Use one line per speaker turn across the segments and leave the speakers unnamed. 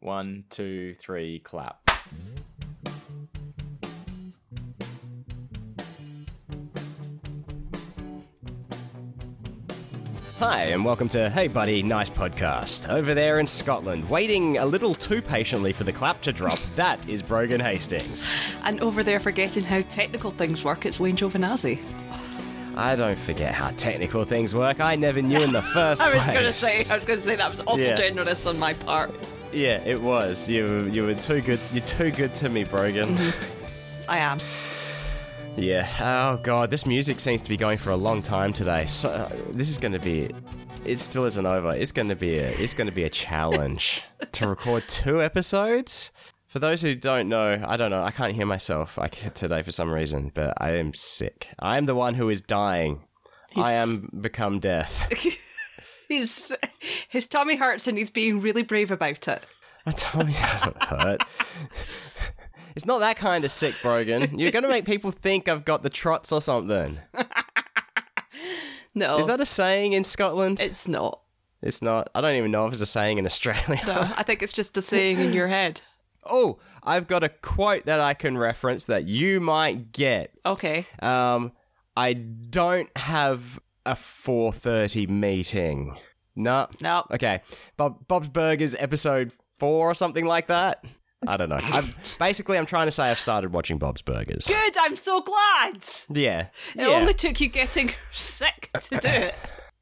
One, two, three, clap.
Hi, and welcome to Hey Buddy, Nice Podcast. Over there in Scotland, waiting a little too patiently for the clap to drop, that is Brogan Hastings.
And over there, forgetting how technical things work, it's Wayne Giovinazzi.
I don't forget how technical things work. I never knew in the first
I was
place.
going to say, I was going to say that was awful
Yeah.
generous on my part.
Yeah, it was. You you were too good. You're too good to me, Brogan.
I am.
yeah. Oh god, this music seems to be going for a long time today. So uh, this is going to be it still isn't over. It's going to be a it's going to be a challenge to record two episodes. For those who don't know, I don't know. I can't hear myself I can't today for some reason, but I am sick. I am the one who is dying. I am become death.
He's, his tummy hurts and he's being really brave about it.
My tummy doesn't hurt. It's not that kind of sick, Brogan. You're going to make people think I've got the trots or something.
No,
Is that a saying in Scotland?
it's not.
It's not. I don't even know if it's a saying in Australia.
No, I think it's just a saying in your head.
Oh, I've got a quote that I can reference that you might get.
Okay.
Um, I don't have a 4:30 meeting. No.
No.
Okay. Bob, Bob's Burgers episode 4 or something like that. I don't know. I'm, basically, I'm trying to say I've started watching Bob's Burgers.
Good. I'm so glad. It
Yeah. yeah.
only took you getting sick to do it.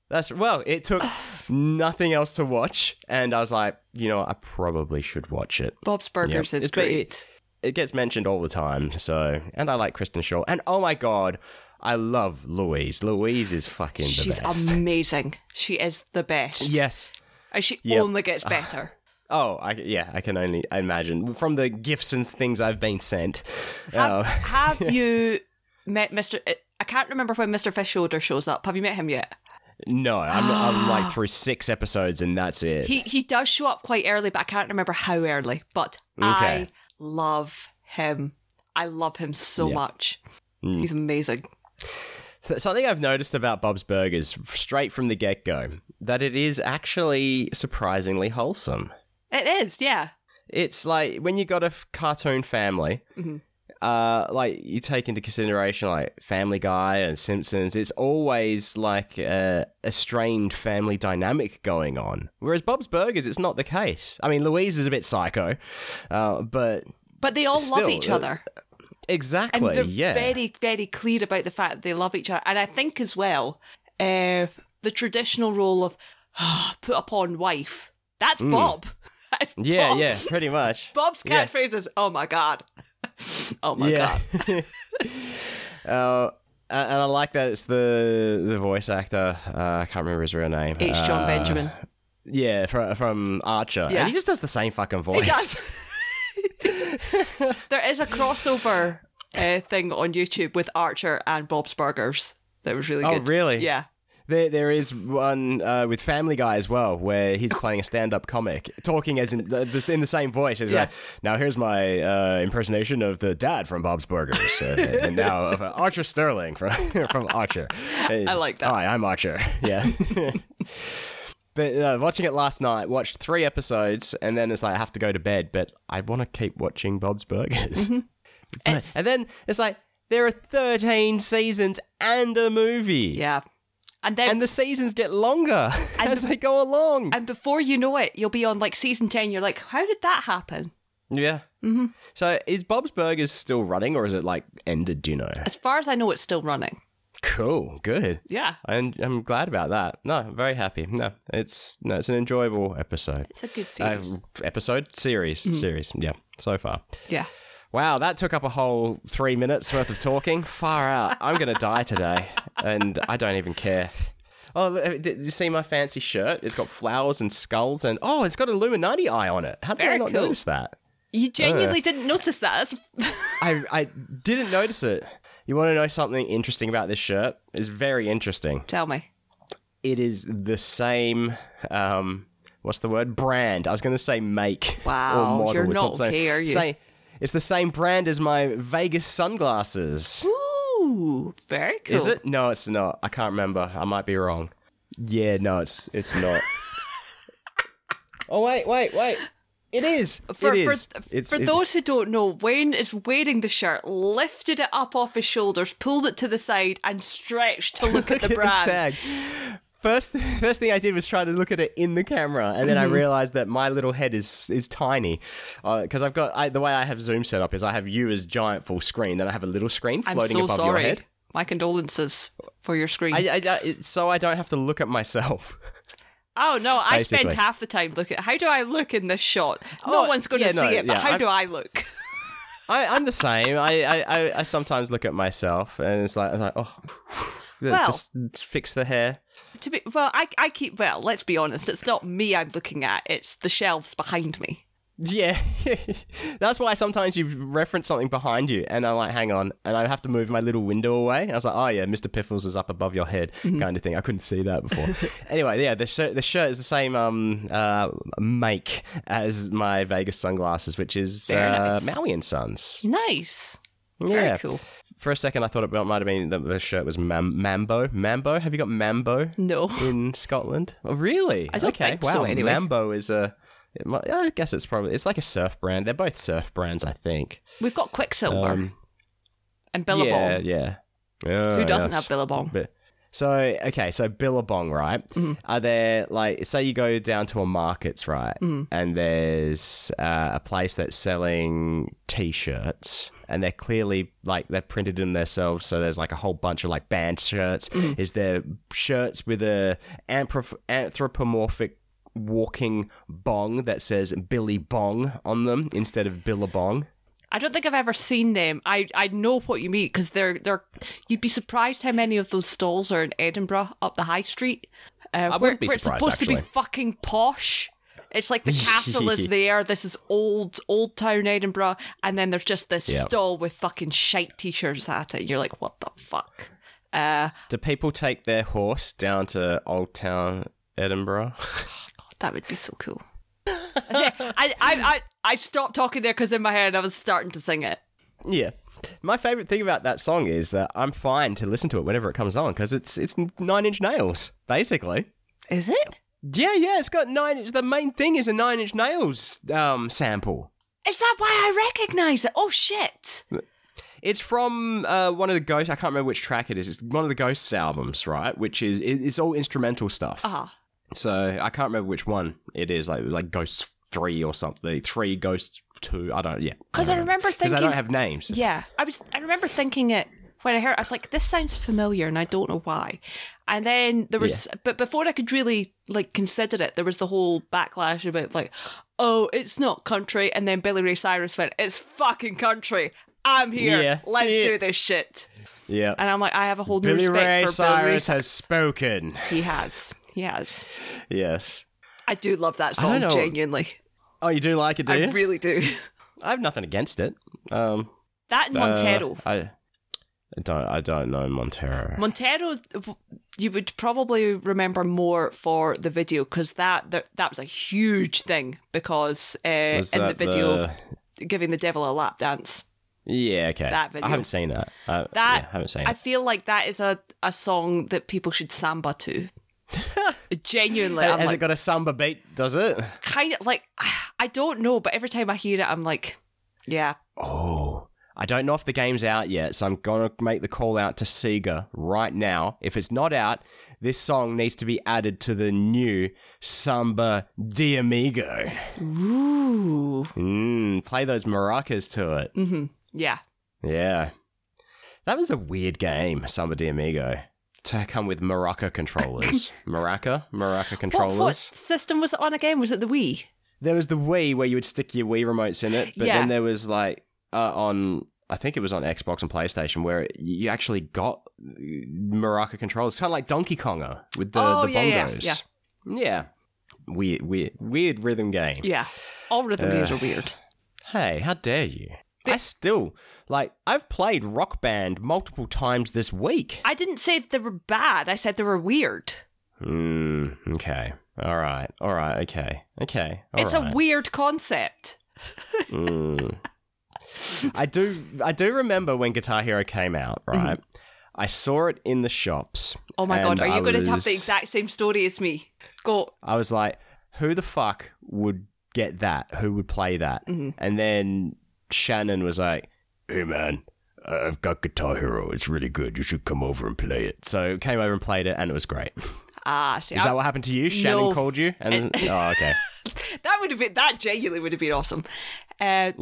That's well, it took nothing else to watch and I was like, you know, I probably should watch it.
Bob's
Yep.
Burgers is
It's- but
great.
It, it gets mentioned all the time, so and I like Kristen Shaw. And oh my god, I love Louise. Louise is fucking the
She's
best.
amazing. She is the best.
yes.
And she
Yep.
only gets better.
Oh, I, yeah, I can only imagine from the gifts and things I've been sent.
Have,
Oh,
have you met Mr. I- I can't remember when Mr. Fish Shoulder shows up. Have you met him yet?
no, I'm, I'm like through six episodes and that's it.
He he does show up quite early, but I can't remember how early. But I
Okay.
love him. I love him so
Yeah. Mm.
much. He's amazing.
Th- Something I've noticed about Bob's Burgers straight from the get go that it is actually surprisingly wholesome.
It is, yeah.
It's like when you got a f- cartoon family,
Mm-hmm.
uh, like you take into consideration like Family Guy and Simpsons. It's always like a a strained family dynamic going on. Whereas Bob's Burgers, it's not the case. I mean, Louise is a bit psycho, uh, but
But they all love
Still,
each
uh,
other. And
exactly,
they're
yeah,
very, very clear about the fact that they love each other. And I think as well, uh, the traditional role of put upon wife. That's Bob. That's
Mm. yeah,
Bob.
yeah, pretty much.
Bob's
Yeah.
catchphrase is, oh my God. oh my God.
uh, and and I like that it's the the voice actor. Uh, I can't remember his real name.
It's John
Uh,
Benjamin.
Yeah, from, from Archer.
Yeah.
And he just does the same fucking voice.
He does. there is a crossover uh, thing on YouTube with Archer and Bob's Burgers. That was really
Oh,
good.
really?
Yeah.
There, there is one uh, with Family Guy as well, where he's playing a stand-up comic, talking as in the, the, in the same voice. He's
Yeah.
like, "Now here's my uh, impersonation of the dad from Bob's Burgers, uh, and now of uh, Archer Sterling from from Archer." Uh,
I like that.
Hi, I'm Archer. Yeah. But uh, watching it last night, watched three episodes, and then it's like I have to go to bed, but I want to keep watching Bob's Burgers.
Mm-hmm.
But-
It's-
and then it's like there are 13 seasons and a movie
Yeah. And then
and the seasons get longer
And
as they go along.
and before you know it, you'll be on like season ten. You're like, how did that happen?
yeah. Mm-hmm. So is Bob's Burgers still running, or is it like ended? Do you know?
As far as I know, it's still running.
Cool. Good.
Yeah.
I'm, I'm glad about that. No, I'm very happy. No, it's no, it's an enjoyable episode.
It's a good Mm-hmm. series.
Uh, episode series series. Yeah. So far.
yeah.
Wow, that took up a whole three minutes worth of talking. Far out. I'm going to die today, and I don't even care. Oh, look, uh, did you see my fancy shirt? It's got flowers and skulls, and oh, it's got an Illuminati eye on it. How did I
Very
not
cool.
notice that?
You
Uh.
genuinely didn't notice that. That's
I, I didn't notice it. You want to know something interesting about this shirt? It's very interesting.
Tell me.
It is the same. Um, what's the word? Brand. I was going to say make.
Wow,
or model.
you're
It's
not
the same-
okay, are you?
Same, it's the same brand as my Vegas sunglasses.
Ooh, very cool.
Is it? No, it's not. I can't remember. I might be wrong. Yeah, no, it's it's not. oh wait, wait, wait. It is.
For,
it is.
for,
It's-
for
it-
those who don't know, Wayne is wearing the shirt, lifted it up off his shoulders, pulled it to the side, and stretched to look at the brand.
tag. First, first thing I did was try to look at it in the camera, and then I realized that my little head is is tiny, because I've got I, the way I have Zoom set up is I have you as giant full screen, then I have a little screen
I'm
floating
so
above
sorry.
your head.
My condolences for your screen.
I, I, I, it's so I don't have to look at myself.
oh no, I
Basically.
spend half the time looking. How do I look in this shot? No
Oh,
one's going to
yeah,
see
no,
it, but
yeah,
how
I'm-
do I look?
I, I'm the same. I, I, I, I sometimes look at myself, and it's like, I'm like oh, let's
Well-
just let's fix the hair.
to be well, I, I keep well. Let's be honest, it's not me I'm looking at. It's the shelves behind me.
Yeah, that's why sometimes you reference something behind you, and I'm like, hang on, and I have to move my little window away. I was like, oh yeah, Mr. Piffles is up above your head,
Mm-hmm.
kind of thing. I couldn't see that before. anyway, yeah, the shirt, the shirt is the same um uh make as my Vegas sunglasses, which is uh,
Very nice.
Maui and Sons.
Nice, very
Yeah.
cool.
For a second, I thought it might have been that the shirt was mam- Mambo. Mambo, have you got Mambo?
No,
in Scotland. Oh, really?
I don't
okay.
think
wow.
so, anyway.
Mambo is a. It might, I guess it's probably it's like a surf brand. They're both surf brands, I think.
we've got Quicksilver
Um,
and
Yeah,
Billabong.
yeah. Oh,
Who doesn't
yes.
have Billabong?
But, so okay, so Billabong, right? Are there like say you go down to a market's right, and there's uh, a place that's selling t-shirts, and they're clearly like they've printed them themselves. So there's like a whole bunch of like band shirts. Is there shirts with a anthrop- anthropomorphic walking bong that says Billy Bong on them instead of Billabong?
I don't think I've ever seen them. I, I know what you mean because they're they're. You'd be surprised how many of those stalls are in Edinburgh up the high street. Uh, I where,
wouldn't be
where it's
surprised,
supposed to be
actually.
fucking posh. It's like the castle is there. This is old old town Edinburgh, and then there's just this
Yep.
stall with fucking shite t-shirts at it. And you're like, what the fuck? Uh,
Do people take their horse down to Old Town Edinburgh?
God, that would be so cool. I, I I I stopped talking there because in my head I was starting to sing it.
Yeah. My favorite thing about that song is that I'm fine to listen to it whenever it comes on because it's it's Nine Inch Nails basically.
Is it?
Yeah, yeah, it's got nine. Inch, the main thing is a Nine Inch Nails um, sample.
Is that why I recognise it? Oh shit!
It's from uh, one of the Ghost. I can't remember which track it is. It's one of the Ghosts albums, right? Which is it, it's all instrumental stuff.
Ah.
So I can't remember which one it is. Like like Ghosts Three or something. Three Ghosts Two. I don't. Yeah.
Because I remember
Because
thinking,
they don't have names.
yeah, I was. I remember thinking it when I heard. It, I was like, this sounds familiar, and I don't know why. And then there was, but before I could really like consider it, there was the whole backlash about like, oh, it's not country. And then Billy Ray Cyrus went, it's fucking country. I'm here.
Yeah.
Let's
Yeah.
do this shit.
Yeah.
And I'm like, I have a whole new
Billy
respect
Ray
for
Cyrus
Billy
has spoken.
Ray. He has. He has.
Yes.
I do love that
I
song
don't know.
genuinely.
Oh, you do like it, do
I
you?
really do.
I have nothing against it. Um,
That and
uh,
Montero.
I, I don't. I don't know Montero.
Montero, you would probably remember more for the video because that, that that was a huge thing because uh, in
Was
the
that
video giving the devil a lap dance.
yeah. Okay.
that video.
I haven't seen that. I,
That-
yeah, I haven't seen
I
it.
feel like that is a, a song that people should samba to. Genuinely, I'm
Has it
like,
got a samba beat? Does it?
kind of like I don't know, but every time I hear it, I'm like, yeah,
Oh. I don't know if the game's out yet, so I'm gonna make the call out to Sega right now. If it's not out, this song needs to be added to the new Samba de Amigo.
ooh,
Mm, play those maracas to it.
hmm yeah.
Yeah. That was a weird game, Samba de Amigo. To come with maraca controllers. maraca? Maraca
What,
controllers?
what system was it on again? Was it the Wii?
There was the Wii where you would stick your Wii remotes in it, but
Yeah.
then there was like uh, on, I think it was on Xbox and PlayStation where it, you actually got maraca controllers. Kind of like Donkey Konga with the,
Oh,
the
yeah, yeah,
bongos. Yeah. Weird, weird, weird rhythm game.
Yeah, all rhythm games
Uh,
are weird.
Hey, how dare you? I still, like, I've played Rock Band multiple times this week.
I didn't say they were bad. I said they were weird.
Mm, okay. All right. All right. Okay. Okay. all
it's
right.
a weird concept.
Mm. I do. I do remember when Guitar Hero came out.
Mm-hmm.
Right. I saw it in the shops.
Oh my god,
and
are you
I
going to have the
was-
exact same story as me? Go.
I was like, "Who the fuck would get that? Who would play that?
Mm-hmm.
And then Shannon was like, "Hey man, I- I've got Guitar Hero. It's really good. You should come over and play it." So came over and played it, and it was great.
Ah, see,
Is
I-
that what happened to you? Shannon
No.
called you, and oh, okay.
that would have been that genuinely would have been awesome. Uh,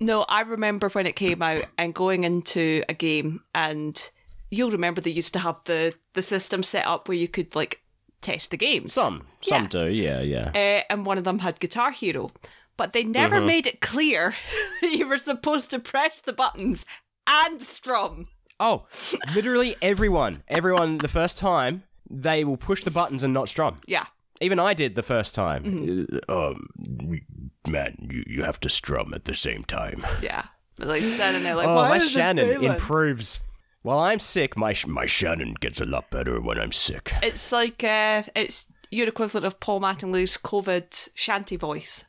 no, I remember when it came out and going into a game, and you'll remember they used to have the the system set up where you could like test the games.
Some, some
Yeah.
do, yeah, yeah.
uh, and one of them had Guitar Hero, but they never
Mm-hmm.
made it clear that you were supposed to press the buttons and strum.
Oh, literally everyone, everyone. The first time they will push the buttons and not strum.
Yeah,
Even I did the first time. Um, man, you, you have to strum at the same time.
yeah. Like standing there, like
Oh,
why
my
is it
Shannon
failing?"
improves. While I'm sick, my sh- my Shannon gets a lot better when I'm sick.
It's like uh, it's your equivalent of Paul Mattingly's COVID shanty voice.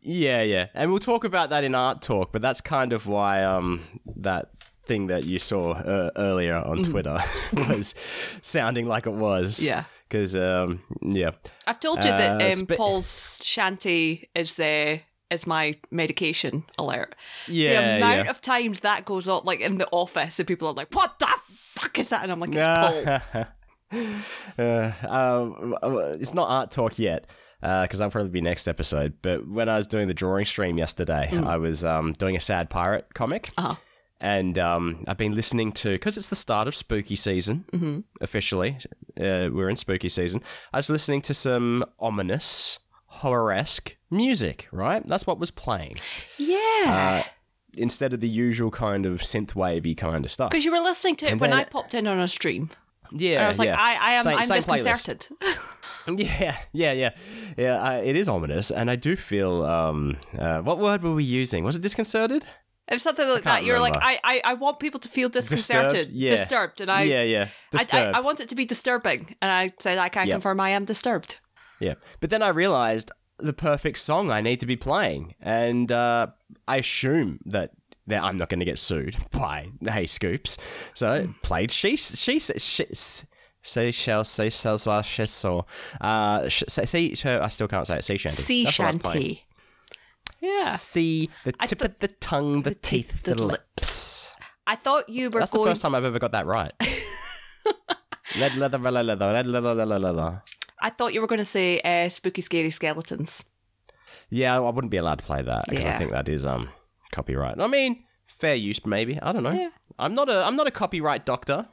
Yeah, yeah, and we'll talk about that in art talk. But that's kind of why um that thing that you saw uh, earlier on Twitter was sounding like it was.
Yeah.
because um yeah.
I've told you that
Uh,
um,
spe-
Paul's shanty is the is my medication alert. the
Yeah,
amount
yeah.
of times that goes on, like in the office, and people are like, "What the fuck is that?" And I'm like, "It's Paul."
um, it's not art talk yet because I'll probably be next episode. But when I was doing the drawing stream yesterday,
Mm.
I was um, doing a sad pirate comic,
Uh-huh.
and um, I've been listening to because it's the start of spooky season
Mm-hmm.
officially. Uh, we're in spooky season. I was listening to some ominous horror-esque music. Right, that's what was playing Uh,
Yeah,
instead of the usual kind of synth wavy kind of stuff.
because you were listening to it when
then-
I popped in on a stream.
Yeah,
And I was like,
yeah.
I, I am,
Same-
I'm
same playlist.
disconcerted.
Yeah, yeah, yeah, yeah. I, it is ominous, and I do feel. Um, uh, what word were we using? Was it disconcerted?
if something like that,
can't
you're like, I,
remember.
I, I want people to feel disconcerted,
Disturbed? Yeah.
disturbed, and I,
yeah, yeah.
I, I,
Disturbed.
I want it to be disturbing, and I said I can
Yeah.
confirm I am disturbed.
yeah, but then I realized the perfect song I need to be playing, and uh, I assume that. That I'm not going to get sued by Hey Scoops, so I
Hmm.
played she she she say shall say sells while she saw uh sh- say, say I still can't say it sea shanty
Sea
That's what I was playing.
shanty. Yeah,
See the tip
thought-
of the tongue, the, teeth, the,
the
lips.
I thought you were
That's the
going.
first time I've ever got that right. Lead leather, leather, leather, lead leather, leather, leather.
I thought you were going to say uh, spooky, scary skeletons.
Yeah, I wouldn't be allowed to play that because
Yeah.
I think that is um copyright. I mean, fair use maybe. I don't know. I'm not a I'm not a copyright doctor.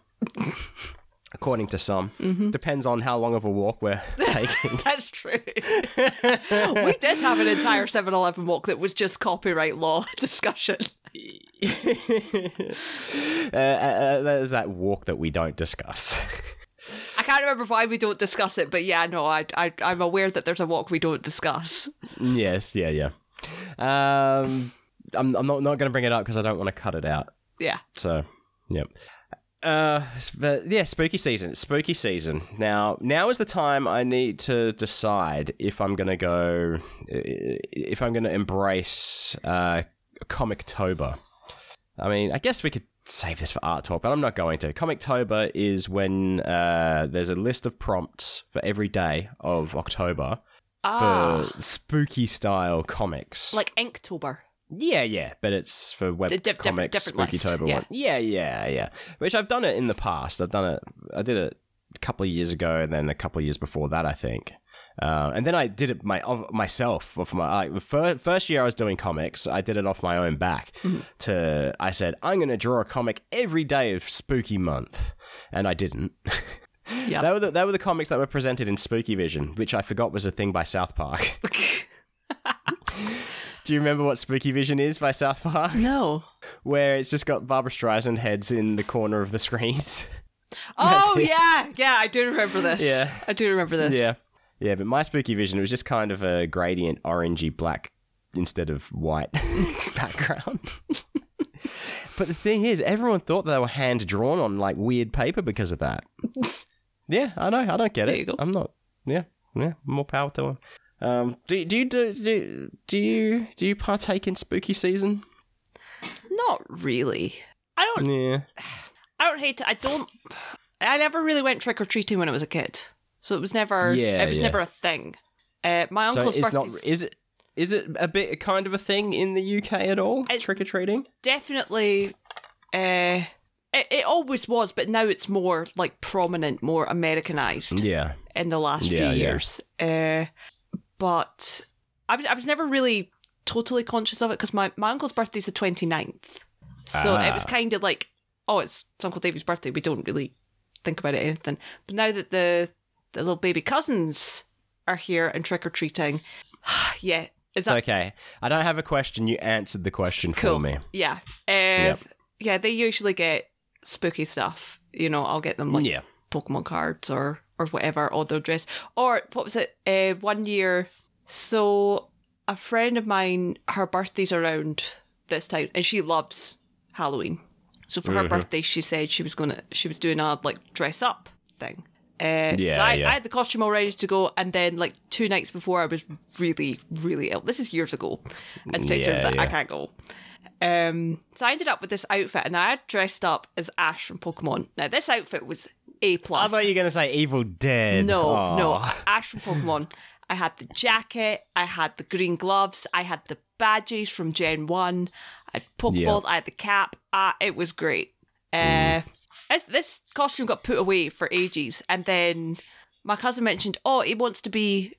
According to some, depends on how long of a walk we're taking.
That's true. we did have an entire 7-Eleven walk that was just copyright law discussion.
uh, uh, uh, there's that walk that we don't discuss.
I can't remember why we don't discuss it, but yeah, no, I, I, I'm aware that there's a walk we don't discuss.
yes, yeah, yeah. Um, I'm I'm not not going to bring it up because I don't want to cut it out.
Yeah.
So, yep. Uh, but yeah, spooky season. Spooky season. Now, now is the time I need to decide if I'm gonna go, if I'm gonna embrace uh, Comic Tober. I mean, I guess we could save this for art talk, but I'm not going to. Comic Tober is when uh, there's a list of prompts for every day of October for
Ah,
spooky style comics.
like Inktober.
Yeah, yeah, but it's for web
Di- diff- different-
comics,
different list,
Spooky Tober
yeah.
one. Yeah, yeah, yeah. Which I've done it in the past. I've done it. I did it a couple of years ago, and then a couple of years before that, I think. Uh, and then I did it my of myself. Off my like, the fir- first year I was doing comics, I did it off my own back.
Mm-hmm.
To I said I'm going to draw a comic every day of Spooky Month, and I didn't.
Yeah.
They were the, they were the comics that were presented in Spooky Vision, which I forgot was a thing by South Park. Do you remember what Spooky Vision is by South Park?
No.
where it's just got Barbara Streisand heads in the corner of the screens.
Oh yeah, yeah, I do remember this.
Yeah.
I do remember this.
yeah. Yeah, but my spooky vision was just kind of a gradient orangey black instead of white background. but the thing is, everyone thought they were hand drawn on like weird paper because of that. Yeah, I know. I don't get
There
it.
you go.
I'm not. Yeah, yeah. More power to them. Um, do, do you do, do do you do you partake in spooky season?
Not really. I don't.
Yeah.
I don't hate it. I don't. I never really went trick or treating when I was a kid, so it was never.
Yeah,
it was
yeah.
never a thing. Uh, my
So
uncle's
it's
birthday.
not is it is it a bit kind of a thing in the UK at all?
It's-
Trick or treating?
definitely uh it, it always was but now it's more like prominent more americanized
Yeah.
in the last
Yeah, yeah.
few years uh but I was, I was never really totally conscious of it because my, my uncle's birthday's the 29th so it was
Ah.
kind of like oh it's it's uncle david's birthday we don't really think about it anything but now that the the little baby cousins are here and trick-or-treating yeah is
It's
that
okay. I don't have a question. You answered the question for
Cool.
me.
Yeah. Uh, Yeah, they usually get spooky stuff. You know, I'll get them like
Yeah.
Pokemon cards or or whatever, or they'll dress. Or what was it? Uh, one year, so a friend of mine, her birthday's around this time, and she loves Halloween. So
Uh-huh.
for her birthday, she said she was gonna she was doing a like dress up thing. Uh,
Yeah,
so I,
yeah.
I had the costume all ready to go, and then like two nights before, I was really, really ill. This is years ago, and texted her
Yeah,
that I
yeah.
can't go. Um, so I ended up with this outfit, and I had dressed up as Ash from Pokemon. Now this outfit was a
I
plus.
thought you were gonna say Evil Dead.
no,
Aw.
no, Ash from Pokemon. I had the jacket, I had the green gloves, I had the badges from Gen One, I had Pokeballs, I had the cap. Uh, it was great.
Mm.
Uh, as- this costume got put away for ages, and then my cousin mentioned, "Oh, he wants to be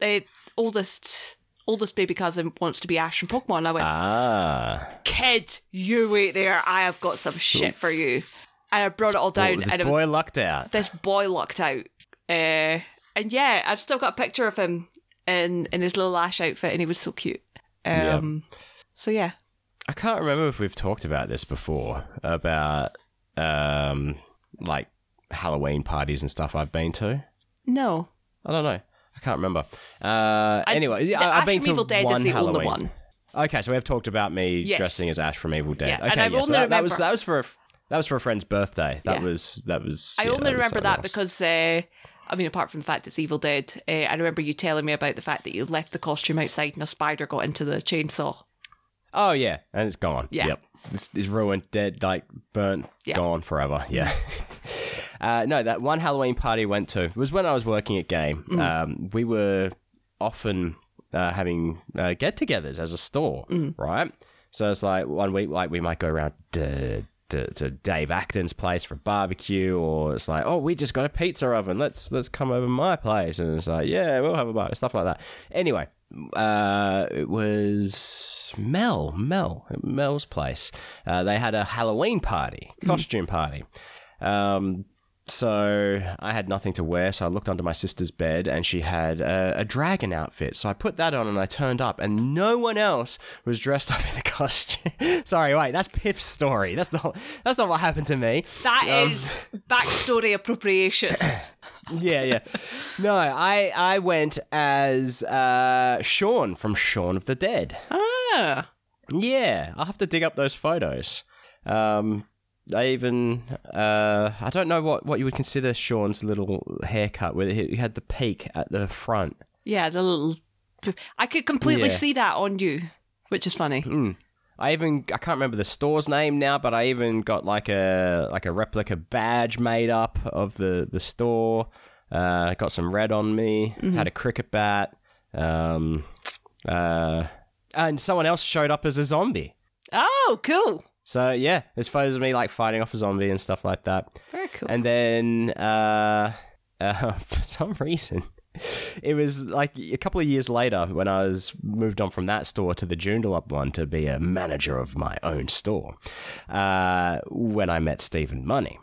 the oldest." Oldest baby cousin wants to be Ash from Pokemon. I went,
Ah.
kid, you wait there. I have got some shit for you. And I brought it all down,
Well, the
and it was
boy lucked out.
this boy locked out. Uh, and yeah, I've still got a picture of him in in his little Ash outfit, and he was so cute. Um, So yeah,
I can't remember if we've talked about this before about um like Halloween parties and stuff I've been to.
no.
I don't know. I can't remember. Uh, anyway,
the
I, have
Ash
been
from
to
Evil Dead is
one
the only
Halloween.
one.
Okay, so we have talked about me
Yes.
dressing as Ash from Evil Dead.
Yeah, and
okay,
I
yeah, so
only
that, that was
remember-
that was for a, f- that was for a friend's birthday. That
Yeah.
was that was.
I
yeah,
only
was
remember
something
that
else.
because. Uh, I mean, apart from the fact it's Evil Dead, uh, I remember you telling me about the fact that you left the costume outside and a spider got into the chainsaw.
Oh yeah, and it's gone.
Yeah.
Yep. It's, it's ruined, dead, like burnt,
Yeah.
gone forever. Yeah. uh, no, that one Halloween party I went to was when I was working at Game. Um, we were often uh, having uh, get-togethers as a store, right? So it's like one week, like we might go around to, to, to Dave Acton's place for a barbecue, or it's like, oh, we just got a pizza oven. Let's let's come over to my place, and it's like, yeah, we'll have a barbecue, stuff like that. Anyway, uh, it was Mel, Mel, Mel's place. Uh, they had a Halloween party, costume party. Um, so I had nothing to wear, so I looked under my sister's bed and she had a, a dragon outfit. So I put that on and I turned up, and no one else was dressed up in a costume. Sorry, wait, that's Piff's story. That's not that's not what happened to me.
That
Um.
is backstory appropriation.
Yeah, yeah. No, I I went as uh, Sean from Shaun of the Dead.
ah.
Yeah, I'll have to dig up those photos. Um, I even uh, I don't know what, what you would consider Sean's little haircut, where he he had the peak at the front.
Yeah, the little. I could completely
Yeah.
see that on you, which is funny.
I even I can't remember the store's name now, but I even got like a like a replica badge made up of the the store. Uh, got some red on me. Had a cricket bat. Um, uh, and someone else showed up as a zombie.
Oh, cool.
So yeah, there's photos of me like fighting off a zombie and stuff like that.
Very cool.
And then uh, uh, for some reason, it was like a couple of years later when I was moved on from that store to the Joondalup one to be a manager of my own store. Uh, when I met Stephen Money.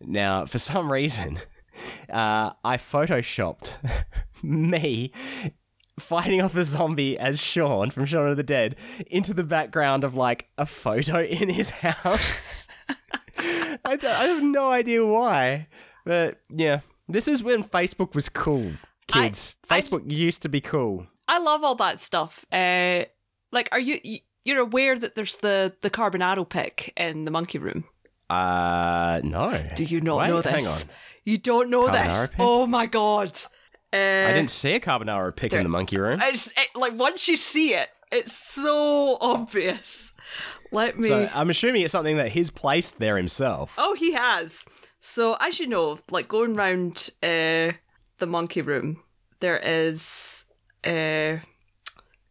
Now, for some reason, uh, I photoshopped me fighting off a zombie as Sean from Shaun of the Dead into the background of like a photo in his house. I, d- I have no idea why, but yeah, this is when Facebook was cool,
I-
kids.
I-
Facebook used to be cool.
I love all that stuff. Uh, like, are you you- you're aware that there's the the Carbonaro pick in the Monkey Room?
Uh, no.
Do you not
Wait,
know this?
Hang on,
You don't know
Carbonaro
this.
pick?
Oh my god. Uh,
I didn't see a carbonara pick in the monkey room.
It's it, like once you see it, it's so obvious. Let me.
So I'm assuming it's something that he's placed there himself.
Oh, he has. So, as you know, like going round uh, the monkey room, there is uh,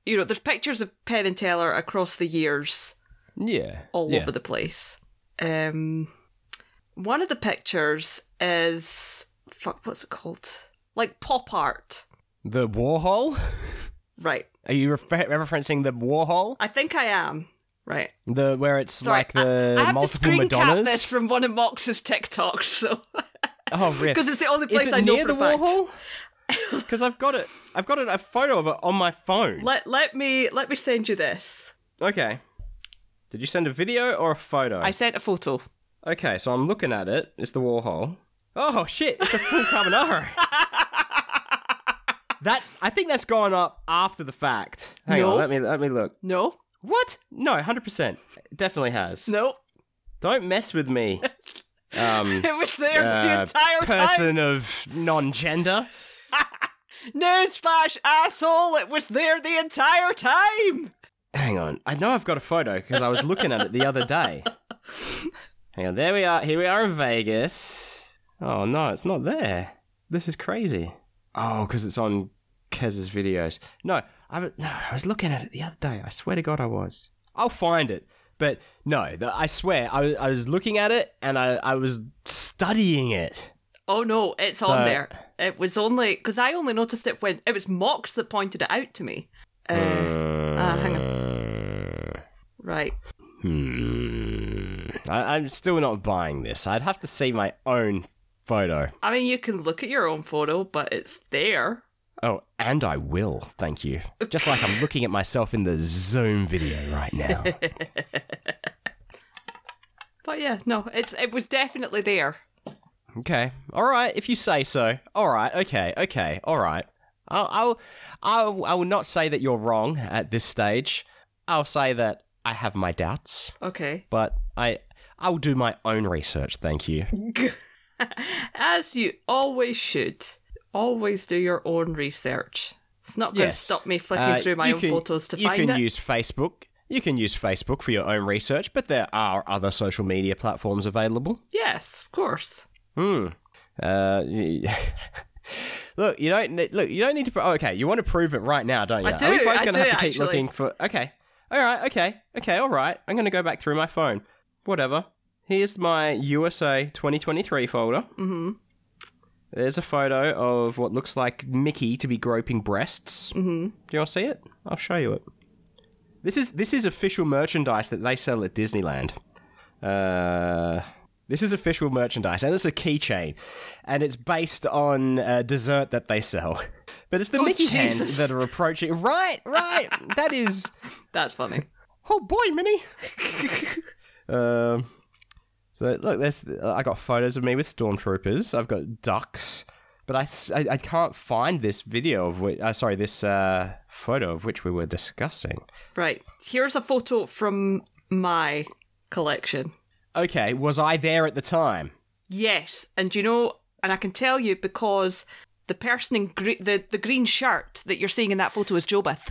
you know, there's pictures of Penn and Teller across the years
Yeah.
all
yeah.
over the place. Um, one of the pictures is fuck, what's it called? Like pop art,
The Warhol?
right?
Are you refer- referencing the Warhol?
I think I am right.
The where it's
Sorry,
like the
I, I have
multiple
to screen
Madonnas?
cap this from one of Mox's TikToks, so
Oh, really?
because it's the only place
Is it
I know
near
for
the
a fact.
Warhol? Because I've got it. I've got it, a photo of it on my phone.
Let let me let me send you this.
okay. Did you send a video or a photo?
I sent a photo.
Okay, so I'm looking at it. It's the Warhol. Oh shit! It's a full carbonara. that I think that's gone up after the fact. Hang
No.
on, let me let me look.
No,
What? No, hundred percent. Definitely has.
no,
Don't mess with me. Um,
it was there the
uh,
entire time.
person of non-gender.
Newsflash, asshole! It was there the entire time.
Hang on. I know I've got a photo because I was looking at it the other day. Hang on. There we are. Here we are in Vegas. Oh, no, it's not there. This is crazy. Oh, because it's on Kez's videos. No I, w- no, I was looking at it the other day. I swear to God, I was. I'll find it. But no, the, I swear, I, was- I was looking at it and I, I was studying it.
Oh no, it's
So-
on there. It was only because I only noticed it when it was Mox that pointed it out to me. Uh, uh, hang on. Right.
Hmm. I, I'm still not buying this. I'd have to see my own photo.
I mean, you can look at your own photo, but it's there.
Oh, and I will, thank you. Just like I'm looking at myself in the Zoom video right now.
But yeah, no, it's it was definitely there.
okay. All right, if you say so. All right, okay, okay, all right. I'll, I'll, I'll, I will not say that you're wrong at this stage. I'll say that I have my doubts,
Okay.
but I, I'll do my own research, thank you.
As you always should, always do your own research. It's not going to
Yes.
stop me flicking
Uh,
through my
you
own
can-
photos to
you
find
can
it.
use Facebook. You can use Facebook for your own research, but there are other social media platforms available.
yes, of course.
Hmm. Uh, y- look, you don't ne- look. You don't need to. Pro- oh, okay, you want to prove it right now, don't you?
I do,
Are we both
I
gonna
do,
have to keep
actually.
looking for? Okay. All right. Okay. Okay. All right. I'm gonna go back through my phone. Whatever. Here's my USA 2023 folder.
hmm
There's a photo of what looks like Mickey to be groping breasts.
hmm
Do you want to see it? I'll show you it. This is this is official merchandise that they sell at Disneyland. Uh, this is official merchandise, and it's a keychain, and it's based on uh, dessert that they sell. But it's the
Oh,
Mickey hands
Jesus.
that are approaching. Right, right. that is.
That's funny.
Oh boy, Minnie. um, so look, there's I got photos of me with stormtroopers. I've got ducks, but I, s- I- I can't find this video of which. Uh, sorry, this uh, photo of which we were discussing.
Right. Here's a photo from my collection.
Okay, was I there at the time?
Yes, and you know, and I can tell you because the person in gre- the the green shirt that you're seeing in that photo is Jobeth.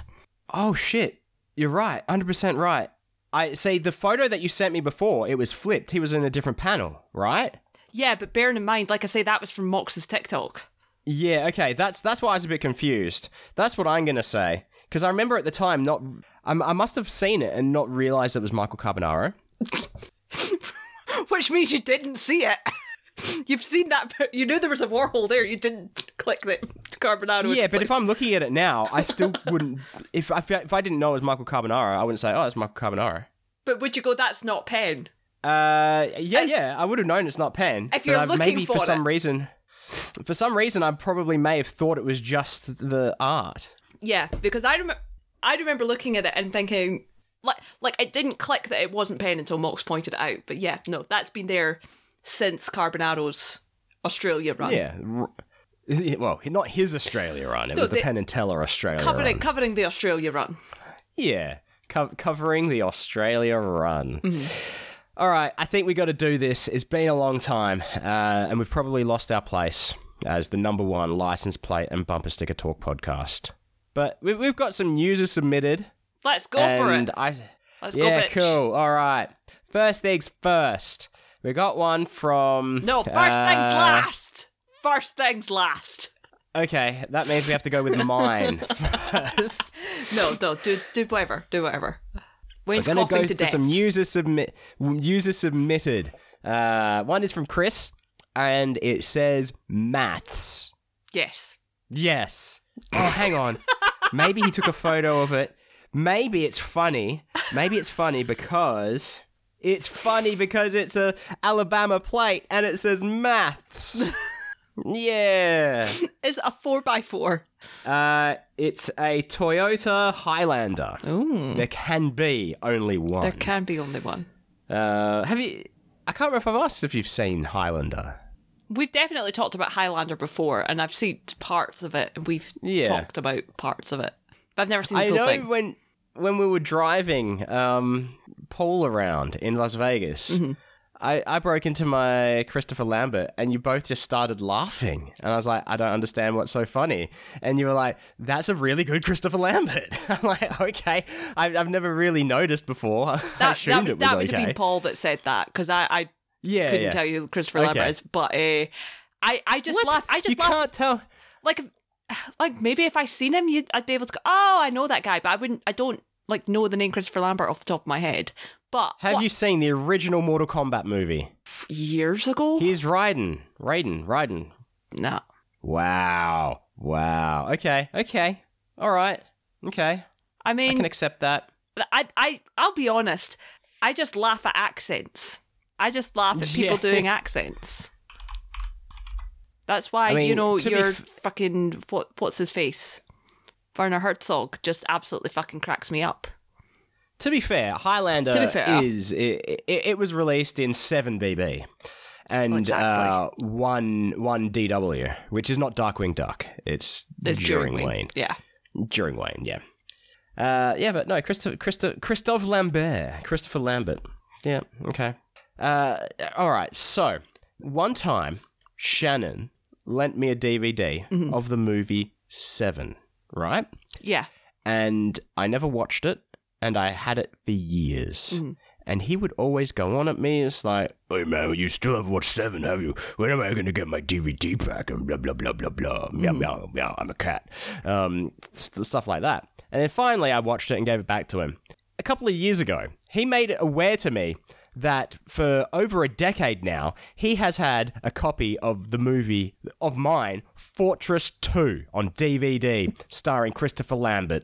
Oh shit, you're right, hundred percent right. I see the photo that you sent me before. It was flipped. He was in a different panel, right?
Yeah, but bearing in mind, like I say, that was from Mox's TikTok.
Yeah, okay. That's that's why I was a bit confused. That's what I'm gonna say because I remember at the time not I, I must have seen it and not realized it was Michael Carbonaro.
Which means you didn't see it. You've seen that. pi- You knew there was a Warhol there. You didn't click the Carbonaro.
yeah, but if I'm looking at it now, I still wouldn't. If I if I didn't know it was Michael Carbonaro, I wouldn't say, "Oh, it's Michael Carbonaro."
but would you go? That's not pen.
Uh, yeah, yeah, I would have known it's not Penn.
If
but
you're
I've
looking
maybe
for
some
it.
reason, for some reason, I probably may have thought it was just the art.
Yeah, because I remember. I remember looking at it and thinking, like, like it didn't click that it wasn't pen until Mox pointed it out. But yeah, no, that's been there since Carbonaro's Australia run.
Yeah. r- Well, not his Australia run. It
No,
was the
they-
Penn and Teller Australia run.
covering covering the Australia run.
Yeah, co- covering the Australia run.
Mm-hmm.
All right, I think we got to do this. It's been a long time, uh, and we've probably lost our place as the number one license plate and bumper sticker talk podcast. But we- we've got some users submitted,
Let's go for
and
it.
I
Let's
yeah,
go, bitch.
cool. All right, first things first. We got one from
No, first things
uh,
last. First things last.
Okay, that means we have to go with mine first.
No, no, do do whatever, do whatever.
We're
Wayne's
gonna
coughing
go
to
for
death.
some user submit user submitted. Uh, one is from Chris, and it says maths.
Yes.
Yes. Oh, hang on. Maybe he took a photo of it. Maybe it's funny. Maybe it's funny because it's funny because it's a Alabama plate and it says maths. yeah.
It's a four by four.
Uh, it's a Toyota Highlander.
Ooh.
There can be only one.
There can be only one.
uh, have you? I can't remember if I've asked if you've seen Highlander.
We've definitely talked about Highlander before, and I've seen parts of it, and we've
Yeah.
talked about parts of it. But I've never seen the
I
full
know
thing.
when when we were driving um, Paul around in Las Vegas,
Mm-hmm.
I, I broke into my Christopher Lambert, and you both just started laughing, and I was like, I don't understand what's so funny, and you were like, That's a really good Christopher Lambert. I'm like, okay, I, I've never really noticed before. I
That,
assumed
that, was,
it was
that would
okay.
have been Paul that said that because I, I
yeah,
couldn't
yeah.
tell you who Christopher
Okay.
Lambert is, but uh, I, I just
What?
laugh. I just
you
laugh
can't tell.
like like maybe if I seen him, you'd, I'd be able to go, oh, I know that guy, but I wouldn't. I don't like know the name Christopher Lambert off the top of my head. But
Have
what,
you seen the original Mortal Kombat movie?
years ago?
Here's Raiden, Raiden, Raiden,
no,
Wow. Wow. Okay. Okay. All right. Okay.
I
I
mean,
can accept that.
I, I, I'll be honest. I just laugh at accents. I just laugh at people
Yeah.
doing accents. That's why
I mean,
you know
to be
your
f-
fucking what? What's his face? Werner Herzog just absolutely fucking cracks me up.
To be fair, Highlander
To be fair.
is it, it, it was released in 7BB and
Well, exactly.
uh, 1 1 DW, which is not Darkwing Duck. It's,
It's
during, Wayne.
Yeah,
During Wayne, yeah. Uh, yeah, but no, Christopher Christoph, Christophe Lambert, Christopher Lambert. Yeah, okay. Uh, all right. So, one time Shannon lent me a DVD of the movie 7, right?
yeah.
and I never watched it, and I had it for years. And he would always go on at me. It's like, "Hey man, you still haven't watched Seven, have you? When am I going to get my DVD back?" And blah blah blah blah blah. Meow meow meow. I'm a cat. Um, st- stuff like that. And then finally, I watched it and gave it back to him. A couple of years ago, he made it aware to me that for over a decade now, he has had a copy of the movie of mine, Fortress 2, on DVD, starring Christopher Lambert.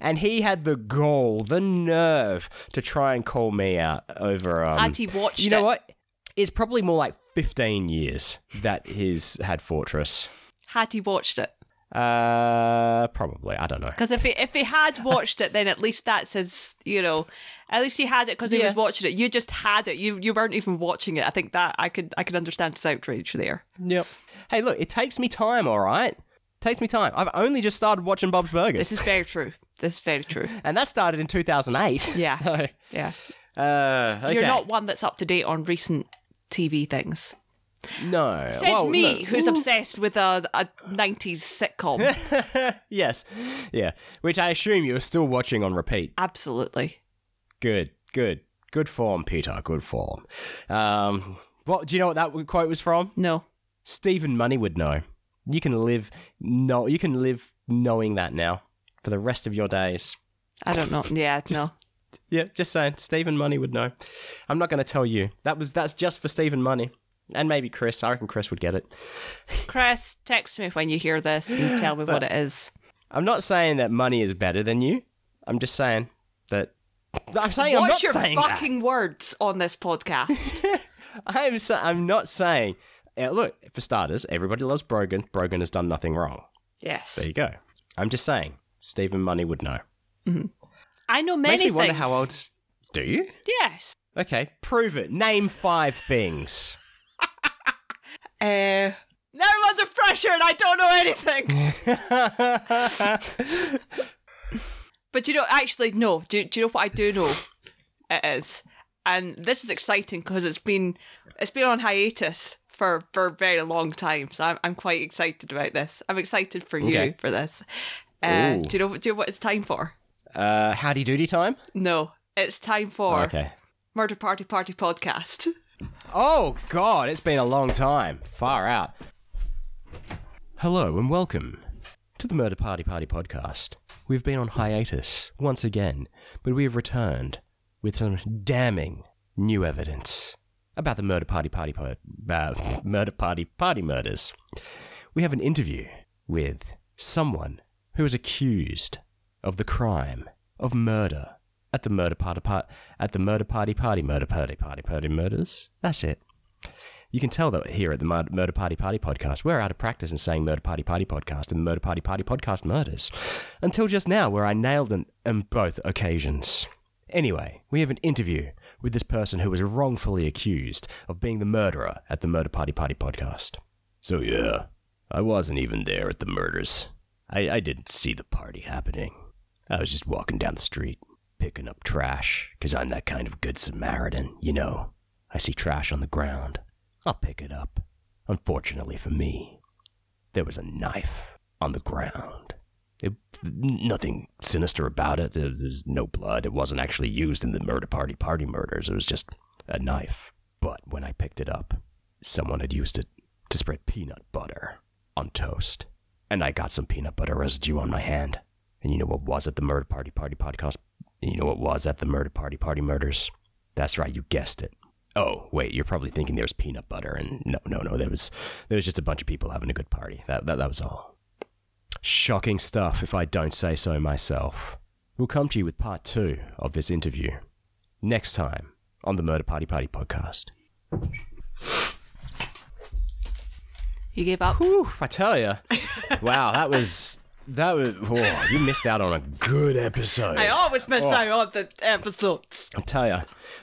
And he had the gall, the nerve to try and call me out over. Um,
And he watched
You know
it.
what? It's probably more like 15 years that he's had Fortress.
Had he watched it?
Uh, probably. I don't know.
Because if he if he had watched it, then at least that's his. You know, at least he had it because he
Yeah.
was watching it. You just had it. You you weren't even watching it. I think that I could I could understand his outrage there.
Yep. Hey, look, it takes me time, all right? Takes me time. I've only just started watching Bob's Burgers.
This is very true. This is very true.
and that started in 2008.
Yeah.
So,
Yeah,
uh, okay.
you're not one that's up to date on recent TV things.
No.
Says
well,
me,
no.
who's obsessed with a, a '90s sitcom.
Yes. Yeah. Which I assume you're still watching on repeat.
Absolutely.
Good. Good. Good form, Peter. Good form. Um, what do you know what that quote was from?
No.
Stephen Money would know. You can live no. You can live knowing that now for the rest of your days.
I don't know. Yeah,
Just-
no.
Yeah, just saying. Stephen Money would know. I'm not going to tell you. That was that's just for Stephen Money, and maybe Chris. I reckon Chris would get it.
Chris, text me when you hear this and tell me what it is.
I'm not saying that money is better than you. I'm just saying that. I'm saying I'm not
Watch your
saying
fucking words on this podcast.
that. I'm sa- I'm not saying. Uh, look, for starters, everybody loves Brogan. Brogan has done nothing wrong.
Yes.
There you go. I'm just saying Stephen Money would know.
I know many
Makes me
things.
wonder how old. Do you?
Yes.
Okay, prove it. Name five things.
Uh, now everyone's a fresher and I don't know anything. but you know, actually, no. Do, do you know what I do know? It is, and this is exciting because it's been it's been on hiatus for for a very long time. So I'm I'm quite excited about this. I'm excited for you
Okay.
for this. Uh,
Ooh.
do you know do you know what it's time for?
uh, howdy doody time.
No, it's time for
Okay.
Murder Party Party podcast.
Oh God, it's been a long time. Far out. Hello and welcome to the Murder Party Party podcast. We've been on hiatus once again, but we have returned with some damning new evidence about the Murder Party Party po- uh, Murder Party Party murders. We have an interview with someone who is accused of the crime of murder at the Murder Party Party at the Murder Party Party Murder Party Party Party murders. That's it. You can tell that here at the Mur- Murder Party Party podcast, we're out of practice in saying Murder Party Party podcast and Murder Party Party podcast murders. Until just now, where I nailed them on both occasions. Anyway, we have an interview with this person who was wrongfully accused of being the murderer at the Murder Party Party podcast. So, yeah, I wasn't even there at the murders. I, I didn't see the party happening. I was just walking down the street, picking up trash, because I'm that kind of good Samaritan, you know. I see trash on the ground. I'll pick it up. Unfortunately for me, there was a knife on the ground. It, nothing sinister about it. There- There's no blood. It wasn't actually used in the murder party party murders. It was just a knife. But when I picked it up, someone had used it to spread peanut butter on toast. And I got some peanut butter residue on my hand. And you know what was at the murder party party podcast? You know what was at the murder party party murders? That's right, you guessed it. Oh, wait, you're probably thinking there was peanut butter and no no no, there was there was just a bunch of people having a good party. That that, that was all. Shocking stuff, if I don't say so myself. We'll come to you with part two of this interview next time on the Murder Party Party podcast.
You gave up.
Whew, I tell you. Wow, that was. That was. Whoa, you missed out on a good episode.
I always miss
Oh.
out on the episodes.
I tell you.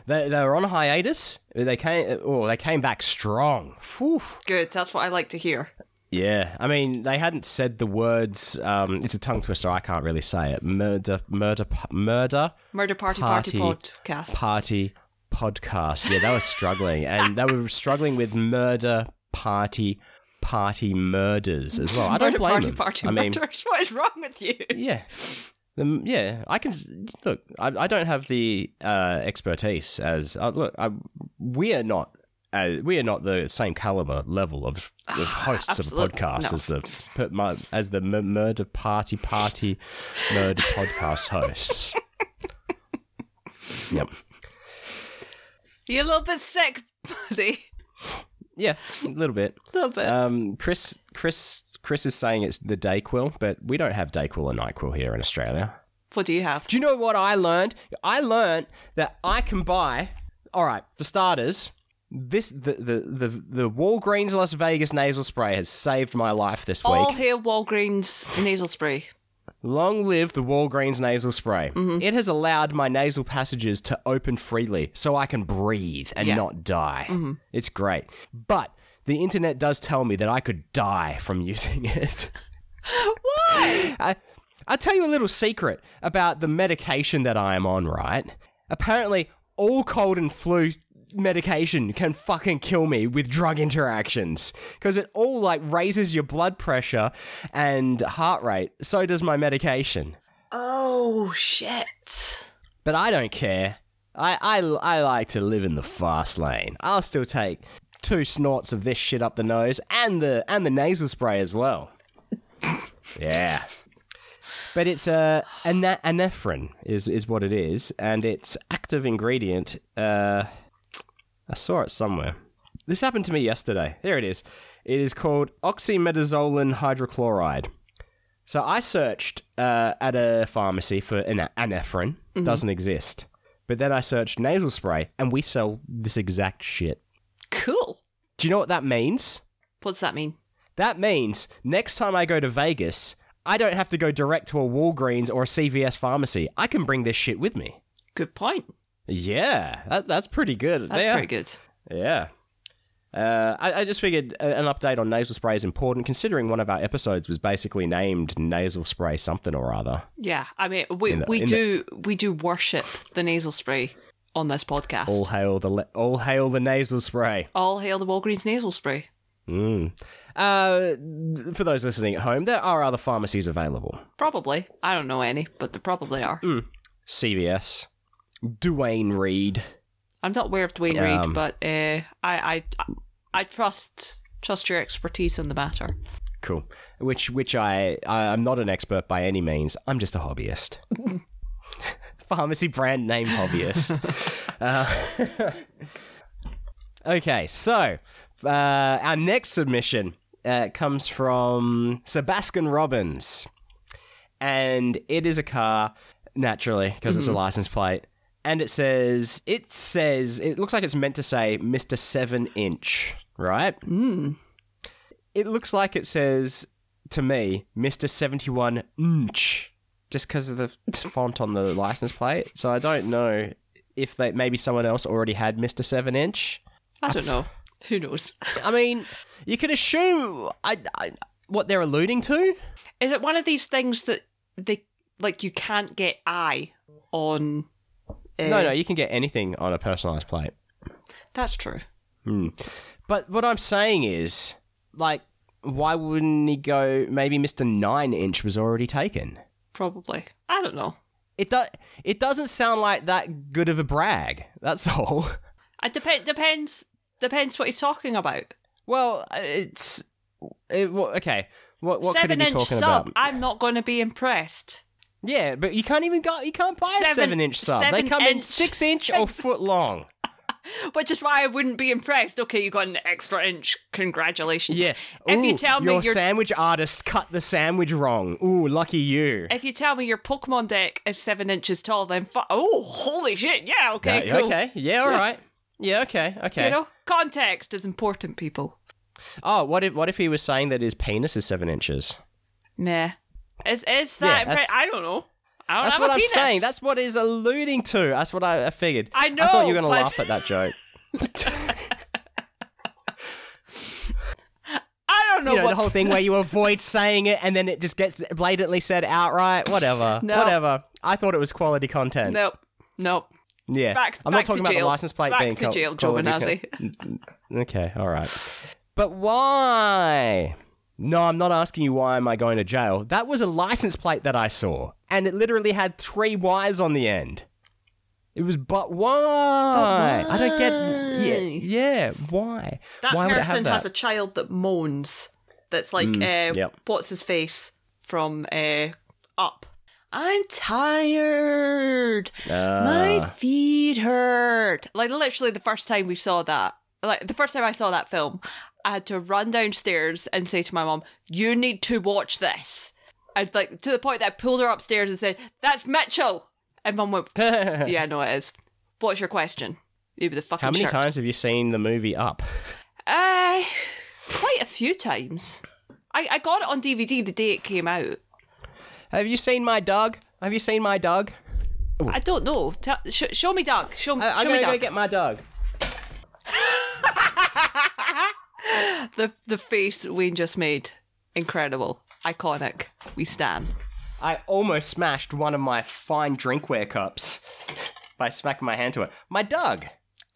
They, they were on hiatus. They came, oh, they came back strong. Whew.
Good. That's what I like to hear.
Yeah, I mean, they hadn't said the words. Um, it's a tongue twister. I can't really say it. Murder, murder, p- murder,
Murder Party Party, Podcast.
party podcast. Yeah, they were struggling, and they were struggling with murder party party murders as well. I don't
Murder
blame
Party
them.
Party
I mean,
Murders. What is wrong with you?
yeah. Um, yeah, I can s- look. I, I don't have the uh, expertise as uh, look. I, we are not uh, we are not the same caliber level of, of hosts of
Absolute-
podcasts
no.
as the per- my- as the m- murder party party murder podcast hosts. yep.
You're a little bit sick, buddy.
Yeah, a little bit.
A little bit.
Um, Chris, Chris, Chris is saying it's the Dayquil, but we don't have Dayquil or Nyquil here in Australia.
what do you have?
Do you know what I learned? I learned that I can buy. All right, for starters, this the the the, the Walgreens Las Vegas nasal spray has saved my life this week.
All hail Walgreens nasal spray.
Long live the Walgreens nasal spray.
Mm-hmm.
It has allowed my nasal passages to open freely so I can breathe and
Yeah. Mm-hmm.
not die. It's great. But the internet does tell me that I could die from using it.
Why?
I, I'll tell you a little secret about the medication that I am on, right? Apparently, all cold and flu medication can fucking kill me with drug interactions because it all like raises your blood pressure and heart rate. So does my medication.
Oh shit.
But I don't care. I, I, I like to live in the fast lane. I'll still take two snorts of this shit up the nose and the and the nasal spray as well. yeah. But it's uh, ana- anephrine is is what it is, and its active ingredient. Uh, I saw it somewhere. This happened to me yesterday. Here it is. It is called oxymetazoline hydrochloride. So I searched uh, at a pharmacy for an anephrine.
Mm-hmm.
Doesn't exist. But then I searched nasal spray, and we sell this exact shit.
Cool.
Do you know what that means?
What's that mean?
That means next time I go to Vegas, I don't have to go direct to a Walgreens or a CVS pharmacy. I can bring this shit with me.
Good point.
Yeah, that, that's pretty good.
That's
They are-
pretty good.
Yeah. Uh, I, I just figured a- an update on nasal spray is important, considering one of our episodes was basically named nasal spray something or other.
Yeah, I mean, we
In the-
we
in the-
do we do worship the nasal spray on this podcast.
All hail the le- all hail the nasal spray.
All hail the Walgreens nasal spray.
Mm. Uh, for those listening at home, there are other pharmacies available.
Probably. I don't know any, but there probably are.
Mm. CVS, Duane Reed.
I'm not aware of Dwayne
Um,
Reed, but uh, I, I I trust trust your expertise in the matter.
Cool. Which which I, I I'm not an expert by any means. I'm just a hobbyist. Pharmacy brand name hobbyist. uh, okay, so uh, our next submission uh, comes from Sebastian Robbins, and it is a car naturally because it's a license plate, and it says it says it looks like it's meant to say Mister Seven Inch, right? it looks like it says to me Mr. 71 inch just because of the font on the license plate. So I don't know if they maybe someone else already had Mr. 7 inch.
I don't know. Who knows?
I mean, you can assume I, I what they're alluding to.
Is it one of these things that they like you can't get I on? uh,
No, no, you can get anything on a personalized plate. Hmm.
that's true.
But what I'm saying is like why wouldn't he go maybe Mr. 9 inch was already taken?
Probably. I don't know.
It do- it doesn't sound like that good of a brag. That's all.
It depend depends depends what he's talking about.
Well, uh, it's it, well, okay. What what could he
seven
be
inch
talking
sub.
about?
I'm not going to be impressed.
Yeah, but you can't even go. You can't buy a
Seven-
seven inch sub. they
seven
come in
inch.
six inch or foot long.
Which is why I wouldn't be impressed. Okay, you got an extra inch. Congratulations.
Yeah.
If you
Ooh,
tell me
your
your
sandwich artist cut the sandwich wrong. Ooh, lucky you.
if you tell me your Pokemon deck is seven inches tall, then fu- oh holy shit! Yeah. Okay.
Yeah,
cool.
Okay. Yeah. All right. Yeah. Okay. Okay.
You know, context is important, people.
oh, what if what if he was saying that his penis is seven inches?
Meh. Is is that?
Yeah,
impre-
that's-
I don't know. I don't
That's
have
what
Oh, a
I'm
penis.
saying. That's what he's alluding to. That's what I, I figured.
I
I thought you were gonna
know, but-
laugh at that joke.
I don't know
you know,
what
the whole thing where you avoid saying it and then it just gets blatantly said outright. Whatever.
No.
Whatever. I thought it was quality content.
Nope. Nope.
Yeah.
Back.
I'm
back
not
to
talking about
jail.
the license plate
back
being
to
co-
jail,
quality con-
Giovinazzi.
Okay. All right. But why? No, I'm not asking you why am I going to jail. That was a license plate that I saw, and it literally had three Y's on the end. It was, but why? I don't get. Yeah, yeah. Why?
That
why would it
person
have that? Mm,
has a child that moans. That's like, uh,
yep.
what's his face from uh, Up? I'm tired.
Ah.
My feet hurt. Like literally, the first time we saw that, like the first time I saw that film, I had to run downstairs and say to my mom, "You need to watch this." And like to the point that I pulled her upstairs and said, "That's Mitchell." And mom went, "Yeah, no, it is. What's your question?" Maybe the fucking
How many
shirt.
times have you seen the movie Up?
Uh, quite a few times. I, I got it on DVD the day it came out.
Have you seen my dog? Have you seen my dog?
I don't know. Tell, sh- show me Doug. Show, me.
I- Uh, I'm
show me
gonna go
Doug.
get my dog.
the, the face Wayne just made. Incredible. Iconic. We stan.
I almost smashed one of my fine drinkware cups by smacking my hand to it. My dog.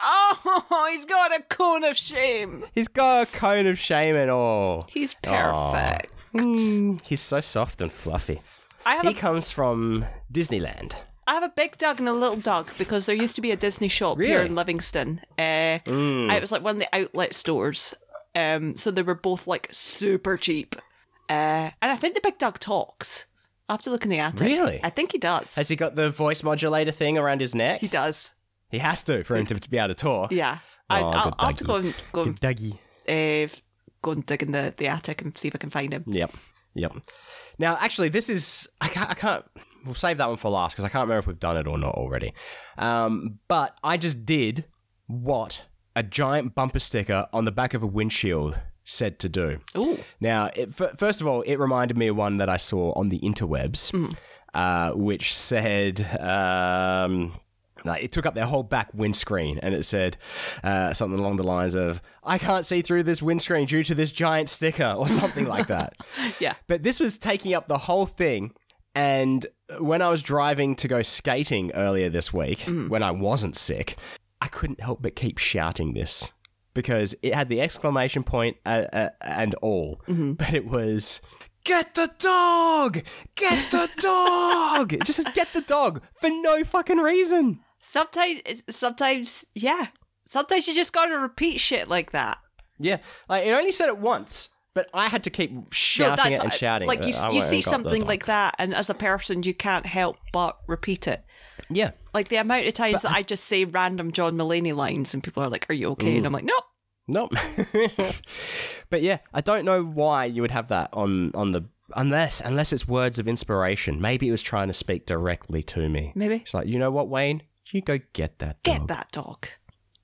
Oh, he's got a cone of shame.
He's got a cone of shame and all.
He's perfect.
Mm, He's so soft and fluffy.
I have
He
a,
comes from Disneyland.
I have a big Doug and a little Doug because there used to be a Disney shop here
Really? Mm.
in Livingston. Uh, It was like one of the outlet stores. Um, so they were both like super cheap. Uh, and I think the big Doug talks. I have to look in the attic.
Really?
I think he does.
Has he got the voice modulator thing around his neck?
he does.
He has to for him to, to be able to talk.
Yeah. I,
Oh,
I'll,
good
I'll have to go and go and,
Dougie.
uh, go and dig in the, the attic and see if I can find him.
Yep. Yep. Now, actually, this is I can't. I can't we'll save that one for last because I can't remember if we've done it or not already. Um, but I just did what a giant bumper sticker on the back of a windshield said to do.
Ooh.
Now, it, f- first of all, it reminded me of one that I saw on the interwebs, uh, which said. Um, like it took up their whole back windscreen and it said uh, something along the lines of i can't see through this windscreen due to this giant sticker or something like that
Yeah.
but this was taking up the whole thing. And when I was driving to go skating earlier this week,
Mm.
when I wasn't sick, I couldn't help but keep shouting this because it had the exclamation point uh, uh, and all,
Mm-hmm.
but it was. Get the dog! Get the dog! It just says, get the dog for no fucking reason.
Sometimes, sometimes, yeah. Sometimes you just gotta repeat shit like that.
Yeah, like it only said it once, But I had to keep shouting it and shouting.
like
but
you,
I
you
went
see
and got the
something
dog.
like that, and as a person, you can't help but repeat it.
yeah,
Like the amount of times that I just say random John Mulaney lines, and people are like, "Are you okay?" And I'm like, "Nope."
Nope. but yeah, I don't know why you would have that on on the unless unless it's words of inspiration. Maybe it was trying to speak directly to me.
Maybe.
It's like, you know what, Wayne? You go get that
Get
dog.
that dog.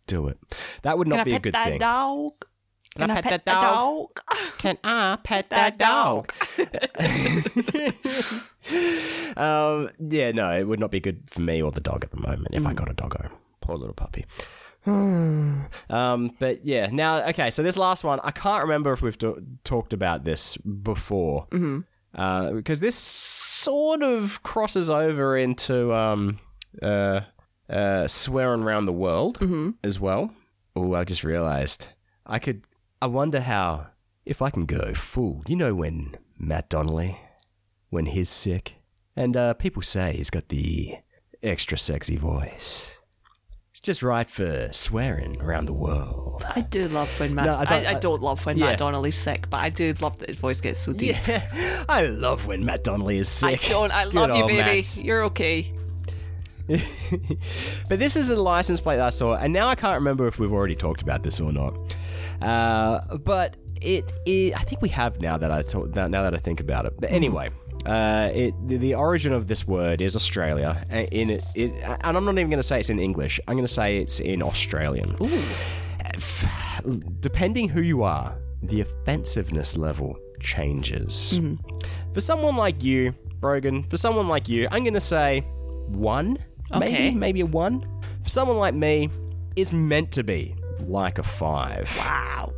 Do it. That would
Can
not
I
be a
pet
good
that
thing.
dog? Can, I, pet, that dog?
Can I pet
That dog.
um, yeah, no, it would not be good for me or the dog at the moment if I got a doggo. Poor little puppy. um, but yeah, now okay. So this last one, I can't remember if we've t- talked about this before, Uh, because this sort of crosses over into um, uh, uh, swearing around the world
Mm-hmm.
as well. Oh, I just realised I could. I wonder how if I can go full. You know when Matt Donnelly when he's sick. And uh, people say he's got the extra sexy voice. It's just right for swearing around the world.
I do love when Matt.
No, I
I,
don't-
don't, I, don't love when
yeah.
Matt Donnelly's sick, but I do love that his voice gets so deep.
Yeah, I love when Matt Donnelly is
I
sick.
don't. I
Good
love you,
old
baby.
Matts.
You're okay.
but this is a license plate that I saw, and now I can't remember if we've already talked about this or not. Uh, but it, it, I think we have now that I talk, now now that I think about it. But anyway, uh, it the, the origin of this word is Australia, and in it, it, and I'm not even going to say it's in English. I'm going to say it's in Australian. F- Depending who you are, the offensiveness level changes.
Mm-hmm.
For someone like you, Brogan, for someone like you, I'm going to say one,
Okay.
maybe, maybe a one. For someone like me, it's meant to be like a five.
Wow.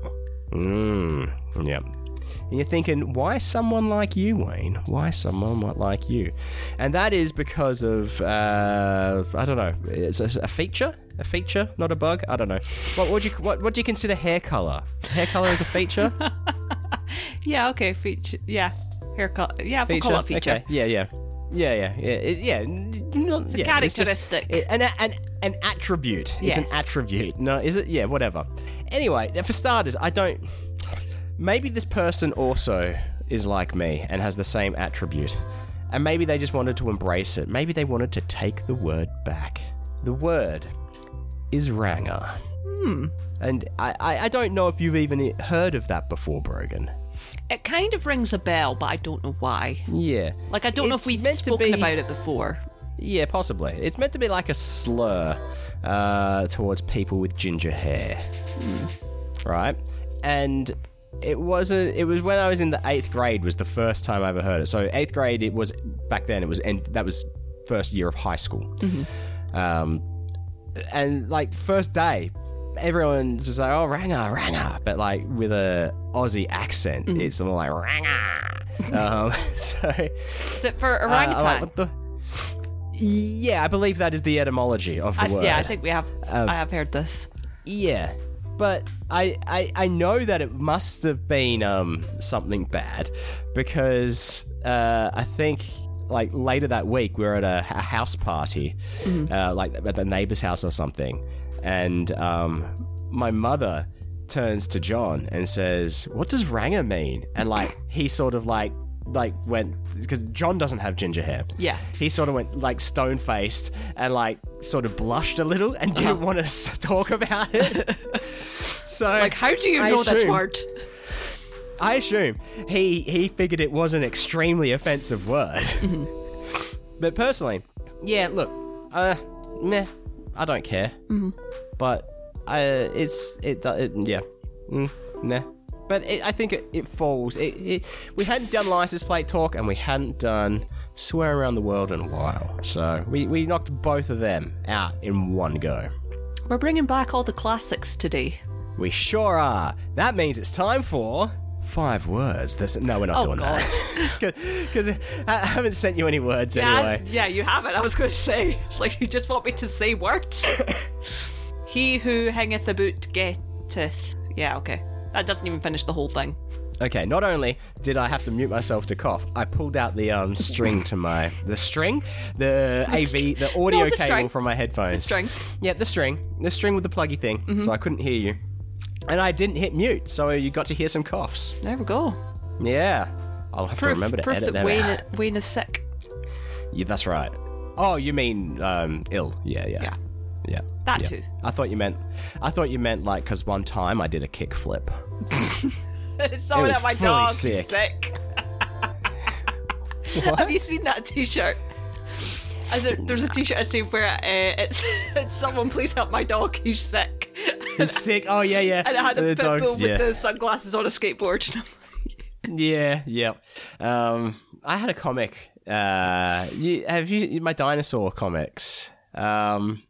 Mm, yeah. And you're thinking, why someone like you, Wayne? Why someone li- like you? And that is because of, uh, I don't know, it's a, a feature? A feature, not a bug? I don't know. What would you what, what do you consider hair color? Hair color is a feature?
Yeah. Okay. Feature. Yeah. Haircut. Yeah. We'll
feature?
call it feature.
Okay. Yeah, yeah. Yeah, yeah, yeah, it- yeah. n- Not, it's
a characteristic.
an, an, an attribute. It's
Yes.
an attribute. No, is it? Yeah, whatever. Anyway, for starters, I don't. Maybe this person also is like me and has the same attribute. And maybe they just wanted to embrace it. Maybe they wanted to take the word back. The word is ranger. Hmm. And I, I, I don't know if you've even heard of that before, Brogan.
It kind of rings a bell, but I don't know why.
Yeah.
Like I don't know
It's
if we've
meant to
spoken
be-
about it before.
Yeah, possibly. It's meant to be like a slur uh, towards people with ginger hair, right? And it wasn't. It was when I was in the eighth grade was the first time I ever heard it. So eighth grade, it was back then. It was and that was first year of high school. Um, and like first day, everyone's just like, "Oh, Ranga, Ranga," but like with a Aussie accent, it's more like Ranga. um, so
Is it for
uh, I'm
orangutan?
like, what the- Yeah, I believe that is the etymology of the
I,
word. Um,
yeah, I think we have. I have heard this.
Yeah, but I, I I know that it must have been um something bad because uh, I think like later that week we were at a, a house party,
Mm-hmm.
uh, like at the neighbor's house or something, and um my mother turns to John and says, "What does Ranga mean?" And like he sort of like like went because John doesn't have ginger hair.
Yeah.
He sort of went like stone faced and like sort of blushed a little and didn't
Uh-huh.
want to s- talk about it. so
Like, how do you
I
know this
assume-
word?
I assume he he figured it was an extremely offensive word. but personally, yeah, look, uh, meh, I don't care. But I, it's it, do- it yeah, mm, nah. But it, I think it, it falls. It, it, we hadn't done license plate talk, and we hadn't done swear around the world in a while. So we, we knocked both of them out in one go.
We're bringing back all the classics today.
We sure are. That means it's time for five words. This, no, we're not
Oh,
doing
God.
that because I haven't sent you any words anyway.
Yeah, yeah, you have it. I was going to say, it's like you just want me to say words. he who hangeth about getteth. Yeah, okay. That doesn't even finish the whole thing.
Okay. Not only did I have to mute myself to cough, I pulled out the um string to my the string, the, AV, the audio
the
cable
string.
from my headphones.
string. Mm-hmm.
Yeah, the string, the string with the pluggy thing. So I couldn't hear you. And I didn't hit mute, so you got to hear some coughs.
There we go.
Yeah. I'll have to
Proof,
remember to
proof
edit
that
that
Wayne,
out.
Wayne is sick.
Yeah, that's right. Oh, you mean um, ill? Yeah, yeah,
Yeah.
yeah.
That
yeah.
too.
I thought you meant. I thought you meant like because one time I did a kickflip.
Someone
was
at my
fully
dog is
sick.
sick. Have you seen that T-shirt? Uh, there- there's a T-shirt I see where uh, it's, it's someone please help my dog, he's sick,
He's sick. Oh yeah, yeah.
and it had a
The
pit
dogs,
bull with
yeah.
the sunglasses on a skateboard. And I'm
Yeah, yep. Um, I had a comic. Uh, you, have you my dinosaur comics? Um,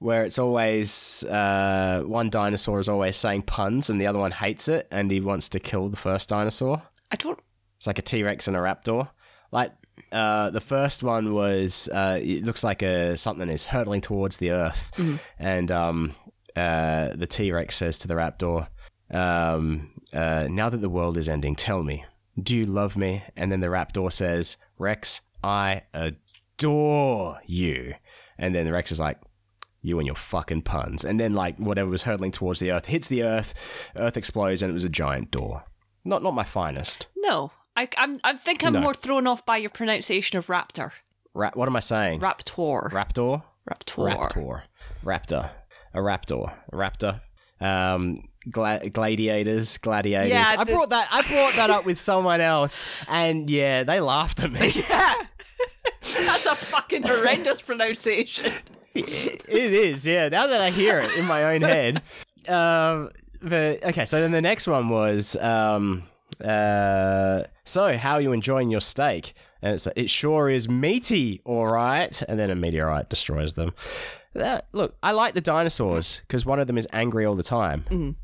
where it's always uh, one dinosaur is always saying puns and the other one hates it and he wants to kill the first dinosaur.
I don't.
It's like a T Rex and a raptor. Like uh, the first one was, uh, it looks like a something is hurtling towards the earth, and um, uh, the T Rex says to the raptor, um, uh, "Now that the world is ending, tell me, do you love me?" And then the raptor says, "Rex, I adore you." And then the Rex is like, you and your fucking puns. And then like whatever was hurtling towards the earth hits the earth, earth explodes, and it was a giant door. Not not my finest.
No, I, I'm. I think I'm
No.
more thrown off by your pronunciation of raptor,
Ra- what am I saying?
raptor,
raptor?
raptor.
Raptor. Raptor. A raptor. A raptor. Um, gla- gladiators, gladiators.
Yeah,
I
the-
brought that. I brought that up with someone else, and yeah, they laughed at me.
Yeah, that's a fucking horrendous pronunciation.
it is, yeah. Now that I hear it in my own head. Um, but okay, so then the next one was, um, uh, so how are you enjoying your steak? And it's, it sure is meaty, all right. And then a meteorite destroys them. That, look, I like the dinosaurs because one of them is angry all the time.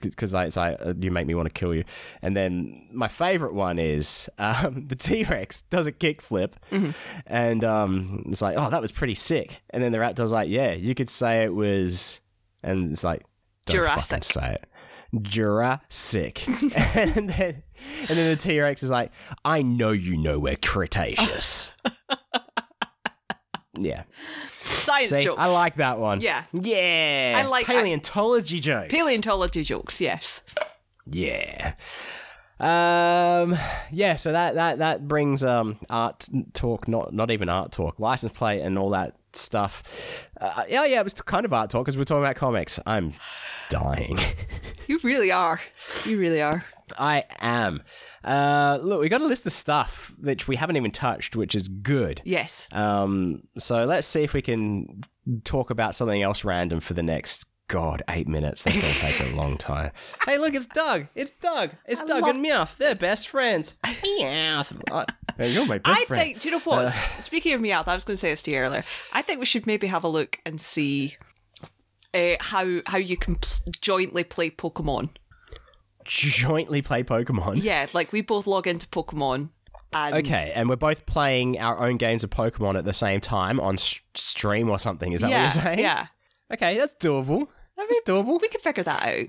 Because like, it's like, uh, you make me want to kill you. And then my favorite one is um, the T Rex does a kickflip. And um, it's like, oh, that was pretty sick. And then the raptor's like, yeah, you could say it was. And it's like, don't fucking
Jurassic.
say it. Jurassic. and then and then the T Rex is like, I know you know we're Cretaceous. yeah.
Science
See,
jokes.
I like that one.
Yeah.
Yeah.
I like-
paleontology jokes.
paleontology jokes. Yes.
Yeah. Um yeah, so that that that brings um art talk not not even art talk, license plate and all that stuff. Uh, yeah, yeah, it was kind of art talk cuz we're talking about comics. I'm dying.
You really are. You really are.
I am. Uh, look, we got a list of stuff which we haven't even touched, which is good.
Yes.
Um, so let's see if we can talk about something else random for the next. God, eight minutes. That's going to take a long time. Hey, look, it's Doug. It's Doug. It's Doug and Meowth. They're best friends. Meowth. Uh, you're my best
I
friend.
think. Do you know
Uh,
what? Speaking of Meowth, I was going to say this to you earlier. I think we should maybe have a look and see uh, how how you can pl- jointly play Pokemon.
Jointly play Pokemon.
Yeah, like we both log into Pokemon. And
Okay, and we're both playing our own games of Pokemon at the same time on s- stream or something. Is that
yeah,
what you're saying?
yeah.
Okay, that's doable. That's doable.
We can figure that out.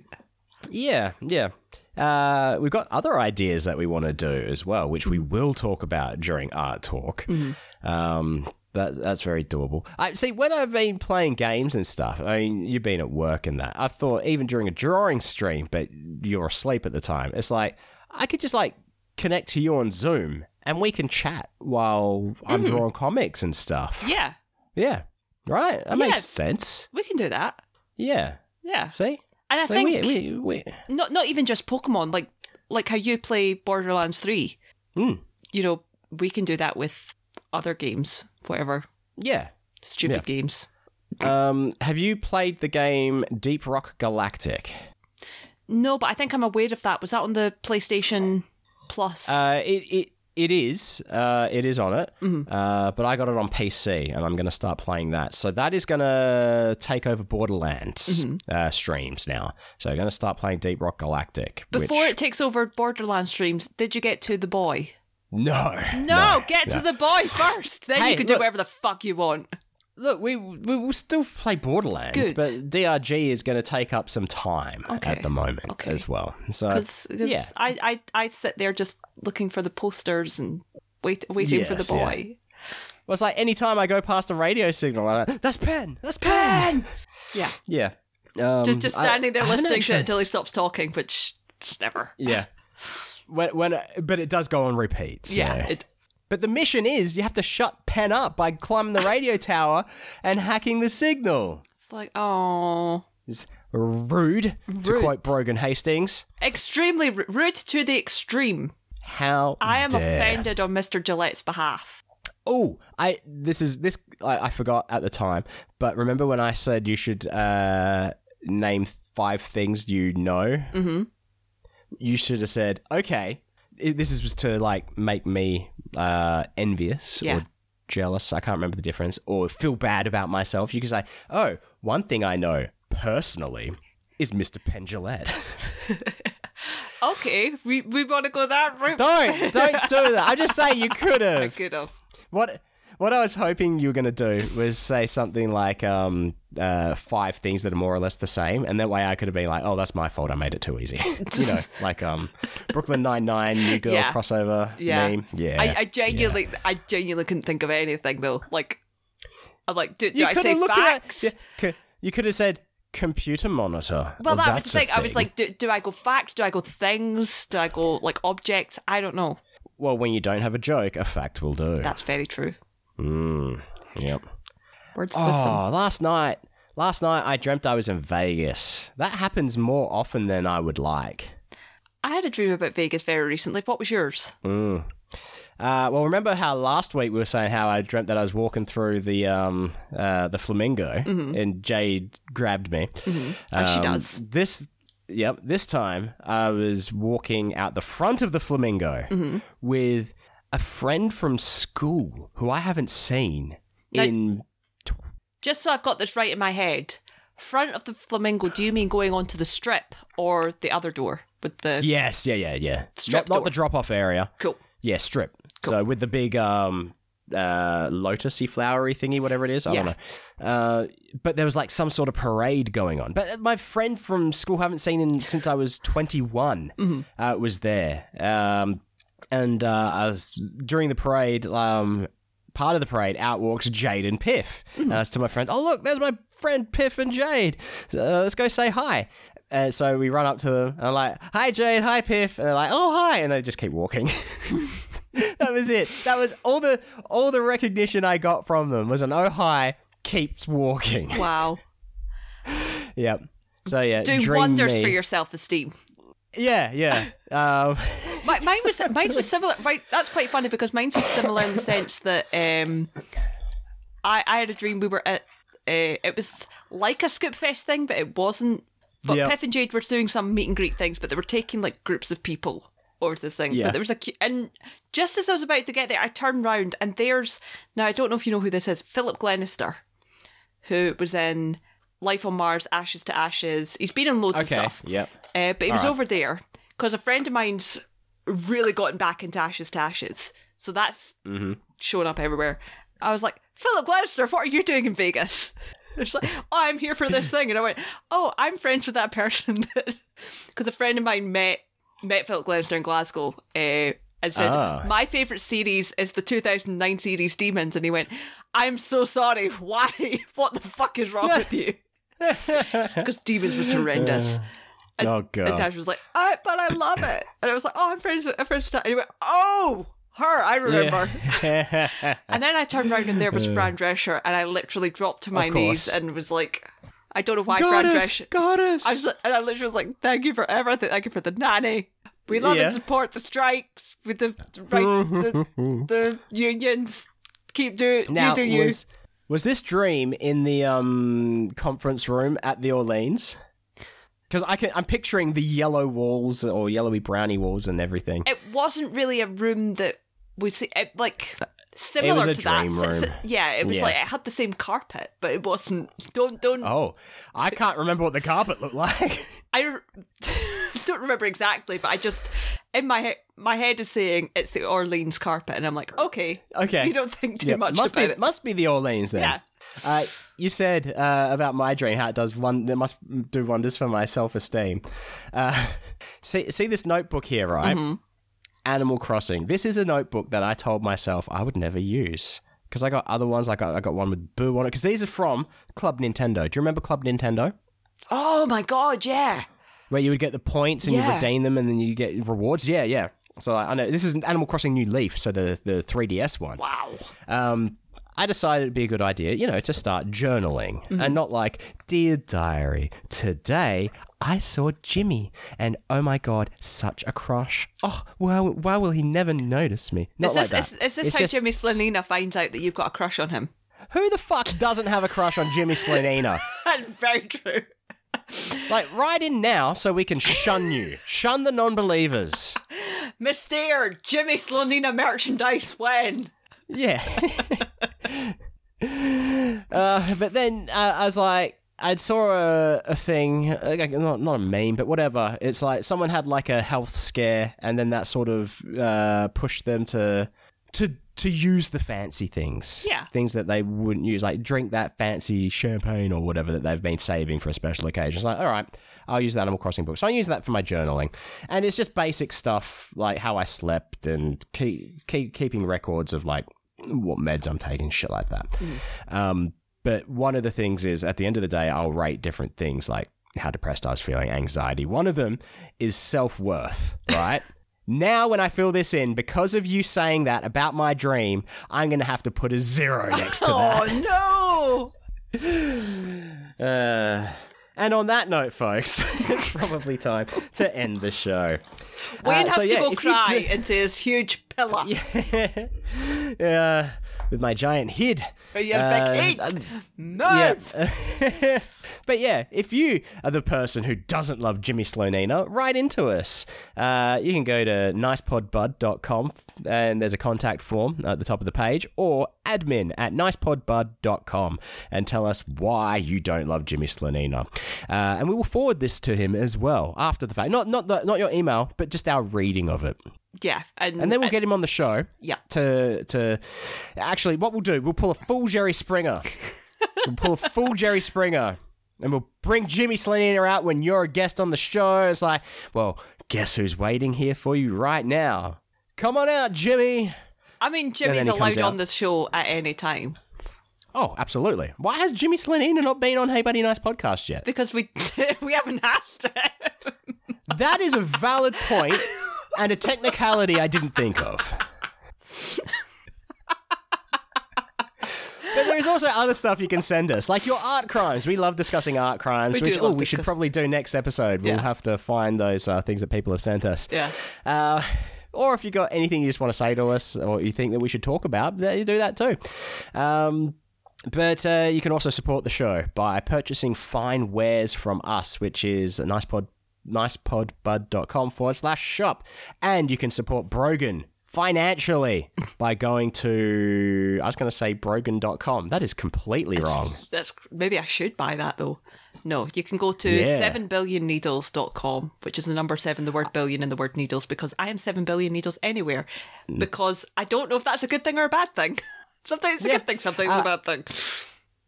Yeah, yeah. Uh, we've got other ideas that we want to do as well, which
Mm-hmm.
we will talk about during art talk. Um, that, that's very doable. I see when I've been playing games and stuff. I mean, you've been at work and that. I thought even during a drawing stream, but you're asleep at the time. It's like I could just like connect to you on Zoom and we can chat while I'm drawing comics and stuff.
Mm-hmm. Yeah,
Yeah, right. That
Yeah.
makes sense.
we can do that.
Yeah.
Yeah,
See,
and I
So
think
we, we, we
not not even just Pokemon, like like how you play Borderlands Three.
Mm.
You know, we can do that with other games, whatever
yeah.
stupid
Yeah.
games.
Um, have you played the game Deep Rock Galactic?
No, but I think I'm aware of that. Was that on the PlayStation Plus?
Uh, it it it is. Uh, it is on it.
Mm-hmm.
Uh, but I got it on PC, and I'm going to start playing that. So that is going to take over Borderlands
Mm-hmm.
uh, streams now. So I'm going to start playing Deep Rock Galactic.
Before
which...
it takes over Borderlands streams, did you get to the boy?
no,
No, get to the boy first. Then
Hey,
you can do
look-
whatever the fuck you want.
Look, we we will still play Borderlands,
Good.
but DRG is going to take up some time
Okay.
at the moment
Okay.
as well. So
Because
Uh, yeah.
I, I, I sit there just looking for the posters and wait, waiting for the
Yes, yeah.
boy.
Well, it's like anytime I go past a radio signal, I'm like, that's pen, that's pen.
Yeah.
Yeah.
Um,
Just, just
I-
standing there
I haven't
listening to it
actually-
until he stops talking, which is never.
Yeah.
When, when, but it does go on repeat. so-
Yeah. It,
But the mission is you have to shut Penn up by climbing the radio tower and hacking the signal.
it's like, oh.
It's rude, to
Rude.
quote Brogan Hastings.
Extremely ru- rude to the extreme.
How
I am
dare.
offended on Mr. Gillette's behalf.
Oh, I this is this I, I forgot at the time, but remember when I said you should uh, name five things you know? Mm-hmm. You should have said okay. i- This is to like make me uh, envious
Yeah.
or jealous. I can't remember the difference, or feel bad about myself. You could say, "Oh, one thing I know personally is Mr. Pendulette."
Okay, we, we want to go that route.
don't don't do that. I'm just saying you could
I
have.
could have.
What what I was hoping you were gonna do was say something like um uh five things that are more or less the same, and that way I could have been like, oh, that's my fault. I made it too easy. you know, like um Brooklyn Nine Nine, New Girl
Yeah.
crossover
Yeah.
meme. Yeah,
I, I genuinely, I genuinely couldn't think of anything though. Like, I'm like, do, do
you
I
could
say
have looked at-
facts?
yeah, c- you could have said computer monitor.
Well, that was
that's
the
a
thing. I was like, do, do I go facts? Do I go things? Do I go like objects? I don't know.
well, when you don't have a joke, a fact will do.
That's very true.
Mm, yep.
Words of wisdom.
Oh, last night. Last night I dreamt I was in Vegas. That happens more often than I would like.
I had a dream about Vegas very recently. What was yours?
Mm. Uh, well, remember how last week we were saying how I dreamt that I was walking through the um, uh, the flamingo and Jade grabbed me.
As Mm-hmm. Oh, she
Um,
does.
This, yep. This time I was walking out the front of the flamingo
Mm-hmm.
with a friend from school who I haven't seen
Now-
in.
Just so I've got this right in my head. Front of the flamingo. Do you mean going onto the strip or the other door with the
Yes, yeah, yeah, yeah.
Strip
Not, not
door.
the drop off area.
cool?
Yeah, strip. So with the big um uh lotusy flowery thingy, whatever it is, I
Yeah.
don't know. Uh, but there was like some sort of parade going on. But my friend from school, I haven't seen in since I was twenty uh, was there. Um, and uh, I was during the parade. Um, part of the parade out walks Jade and Piff.
Mm-hmm.
And I was to my friend, "Oh look, there's my friend Piff and Jade. Uh, let's go say hi." And so we run up to them, and I'm like, "Hi Jade, hi Piff," and they're like, "Oh hi," and they just keep walking. that was it. That was all the all the recognition I got from them was an "Oh hi." Keeps walking.
Wow.
yep. So yeah,
Doing
dream
wonders
me.
for your self esteem.
Yeah, yeah. Um,
Mi- mine was mine was similar. Right, that's quite funny because mine was similar in the sense that um, I I had a dream we were at. Uh, it was like a Scoop Fest thing, but it wasn't. But
Yep.
Piff and Jade were doing some meet and greet things, but they were taking like groups of people or this thing.
Yeah.
But there was a cu- and just as I was about to get there, I turned round and there's now I don't know if you know who this is, Philip Glenister, who was in Life on Mars, Ashes to Ashes. He's been in loads of
okay.
stuff.
Yep.
Uh, but he was over there because a friend of mine's really gotten back into Ashes to Ashes. So that's showing up everywhere. I was like, Philip Glenister, what are you doing in Vegas? It's like, oh, I'm here for this thing. And I went, oh, I'm friends with that person. Because a friend of mine met met Philip Glenister in Glasgow uh, and said,
Ah.
my favourite series is the 2009 series Demons. And he went, I'm so sorry. Why? What the fuck is wrong with you? Because Demons was horrendous. And-
Oh, God.
And Tash was like, I, but I love it. And I was like, oh, I'm friends with I'm friends with Tash. And he went, oh, her, I remember. and then I turned around and there was Fran Drescher, and I literally dropped to my
Of
knees
course.
and was like, I don't know why Fran
goddess,
Drescher.
goddess.
I was, like- and I literally was like, thank you for everything. Thank you for the nanny. We love
Yeah.
and support the strikes with the the right the, the unions. Keep doing
now,
you do you.
Was, was this dream in the um, conference room at the Orleans? Because I can, I'm picturing the yellow walls or yellowy browny walls and everything.
it wasn't really a room that we see it, like similar
was a
to that.
dream
S- s-
room.
yeah, it was
Yeah.
like it had the same carpet, but it wasn't. Don't don't.
Oh, I can't remember what the carpet looked like.
I r- don't remember exactly, but I just in my head my head is saying it's the Orleans carpet, and I'm like, okay,
Okay.
you don't think too
Yeah,
much
must
about
be,
it.
Must be the Orleans then.
Yeah.
Uh, you said uh, about my dream how it does one. It must do wonders for my self esteem. Uh, see, see this notebook here, right?
Mm-hmm.
Animal Crossing. This is a notebook that I told myself I would never use because I got other ones. I got I got one with Boo on it because these are from Club Nintendo. Do you remember Club Nintendo?
Oh my god, yeah.
where you would get the points and you
Yeah.
redeem them and then you get rewards. Yeah, yeah. So I I know this is an Animal Crossing New Leaf, so the the 3DS one.
Wow.
Um, I decided it'd be a good idea, you know, to start journaling and not like, dear diary, today I saw Jimmy and oh my god, such a crush. Oh, why, why will he never notice me? Not
Is
like
this,
that.
is, is this
It's
how
just,
Jimmy Slanina finds out that you've got a crush on him?
Who the fuck doesn't have a crush on Jimmy Slanina?
Very true.
like, write in now so we can shun you, shun the non-believers.
Mr. Jimmy Slanina merchandise when?
Yeah. uh, but then uh, I was like, I saw a, a thing, uh, like, not, not a meme, but whatever. It's like someone had like a health scare, and then that sort of uh, pushed them to to to use the fancy things,
Yeah.
things that they wouldn't use, like drink that fancy champagne or whatever that they've been saving for a special occasion. It's like, all right, I'll use the Animal Crossing book. So I use that for my journaling, and it's just basic stuff like how I slept and keep, keep keeping records of like what meds I'm taking, shit like that. Um, but one of the things is at the end of the day, I'll rate different things like how depressed I was feeling, anxiety. One of them is self worth, right? now, when I fill this in, because of you saying that about my dream, I'm going to have to put a zero next to that.
Oh
Uh, and on that note, folks, it's probably time to end the show.
no! Wayne
Uh,
has
so
to
yeah,
go
if you
cry
do-
into his huge pillow.
Yeah, with my giant head.
But you're
Uh,
big eight. no!
Yeah. but yeah, if you are the person who doesn't love Jimmy Slonina, write into us. Uh, you can go to nicepodbud.com and there's a contact form at the top of the page or admin at nicepodbud.com and tell us why you don't love Jimmy Slonina. Uh, and we will forward this to him as well after the fact. Not not the, not your email, but just our reading of it.
Yeah, and, uh,
And then we'll get him on the show.
Yeah.
To to actually, what we'll do, we'll pull a full Jerry Springer. we'll pull a full Jerry Springer, and we'll bring Jimmy Sleener out when you're a guest on the show. It's like, well, guess who's waiting here for you right now? Come on out, Jimmy.
I mean,
then
Jimmy's
he comes
allowed on
out.
the show at any time
Oh, absolutely. Why has Jimmy Sleener not been on Hey Buddy Nice podcast yet?
because we we haven't asked him.
That is a valid point and a technicality I didn't think of. But there is also other stuff you can send us, like your art crimes. We love discussing art crimes,
We do
which oh,
love
we should
discuss-
probably do next episode. We'll
Yeah.
have to find those uh, things that people have sent us.
Yeah.
Uh, or if you got anything you just want to say to us, or you think that we should talk about, th- you do that too. Um, but uh, you can also support the show by purchasing fine wares from us, which is nicepod, nicepodbud.com forward slash shop. And you can support Brogan financially by going to, I was going to say brogan.com. That is completely wrong.
That's maybe I should buy that though. No, you can go to
Yeah.
7billionneedles.com, which is the number seven, the word billion, and the word needles, because I am seven billion needles anywhere.
Mm.
Because I don't know if that's a good thing or a bad thing. Sometimes it's a good thing, sometimes
Uh,
it's a bad thing.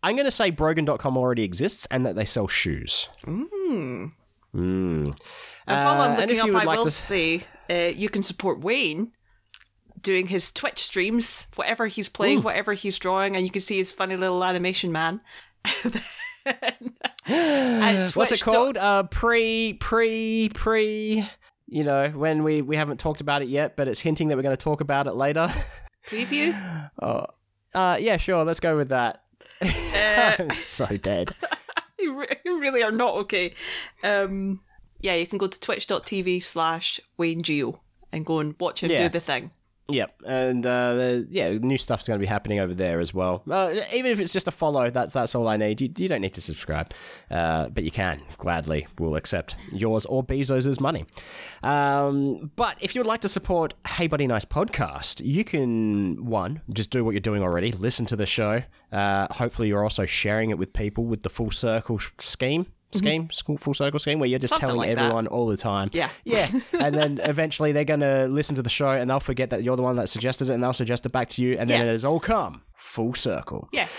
I'm going to say brogan.com already exists and that they sell shoes.
And while
Uh,
I'm
and if
looking
you
up,
would
I
like
will
to-
say uh, you can support Wayne doing his Twitch streams, whatever he's playing, whatever he's drawing, and you can see his funny little animation man. and
What's it
twitch dot-
called? Uh, pre, pre, pre. You know, when we we haven't talked about it yet, but it's hinting that we're going to talk about it later.
Preview?
Uh, yeah, sure. Let's go with that.
Uh,
I'm so dead.
you re- you really are not okay. Um, yeah, you can go to twitch.tv slash Wayne Geo and go and watch him
Yeah.
do the thing.
Yep, and uh, the- yeah, new stuff's going to be happening over there as well. Uh, even if it's just a follow, that's that's all I need. You, you don't need to subscribe, uh, but you can gladly. We'll accept yours or Bezos's money. Um, but if you'd like to support Hey Buddy Nice podcast, you can one just do what you're doing already. Listen to the show. Uh, hopefully, you're also sharing it with people with the full circle sh- scheme. Scheme, school full circle scheme, where you're just
Mm-hmm. Something
telling
like that.
everyone all the time.
Yeah.
Yeah. And then eventually they're going to listen to the show and they'll forget that you're the one that suggested it and they'll suggest it back to you. And then
Yeah.
it has all come full circle.
Yes.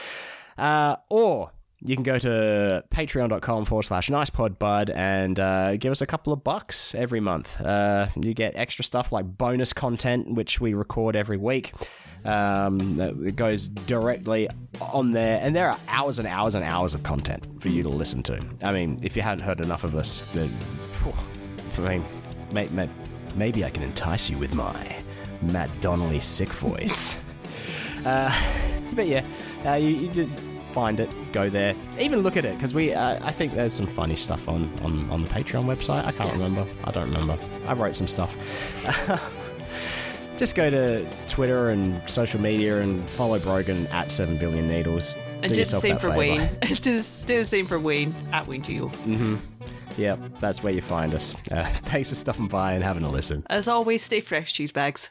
Uh, or you can go to patreon.com forward slash nicepodbud and uh, give us a couple of bucks every month. Uh, you get extra stuff like bonus content, which we record every week. Um, that- it goes directly on there, and there are hours and hours and hours of content for you to listen to. I mean, if you hadn't heard enough of us, then, phew, I mean, may, may, maybe I can entice you with my Matt Donnelly sick voice. But yeah, uh, you, you did find it. Go there. Even look at it because we. Uh, I think there's some funny stuff on, on on the Patreon website. I can't remember. I don't remember. I wrote some stuff. Just go to Twitter and social media and follow Brogan at Seven Billion Needles.
And do the
yourself
same
that
for
favour.
Wayne. do, the, do the same for Wayne at Wayne Geo.
Yep, that's where you find us. Uh, thanks for stopping by and having a listen.
As always, stay fresh, cheese bags.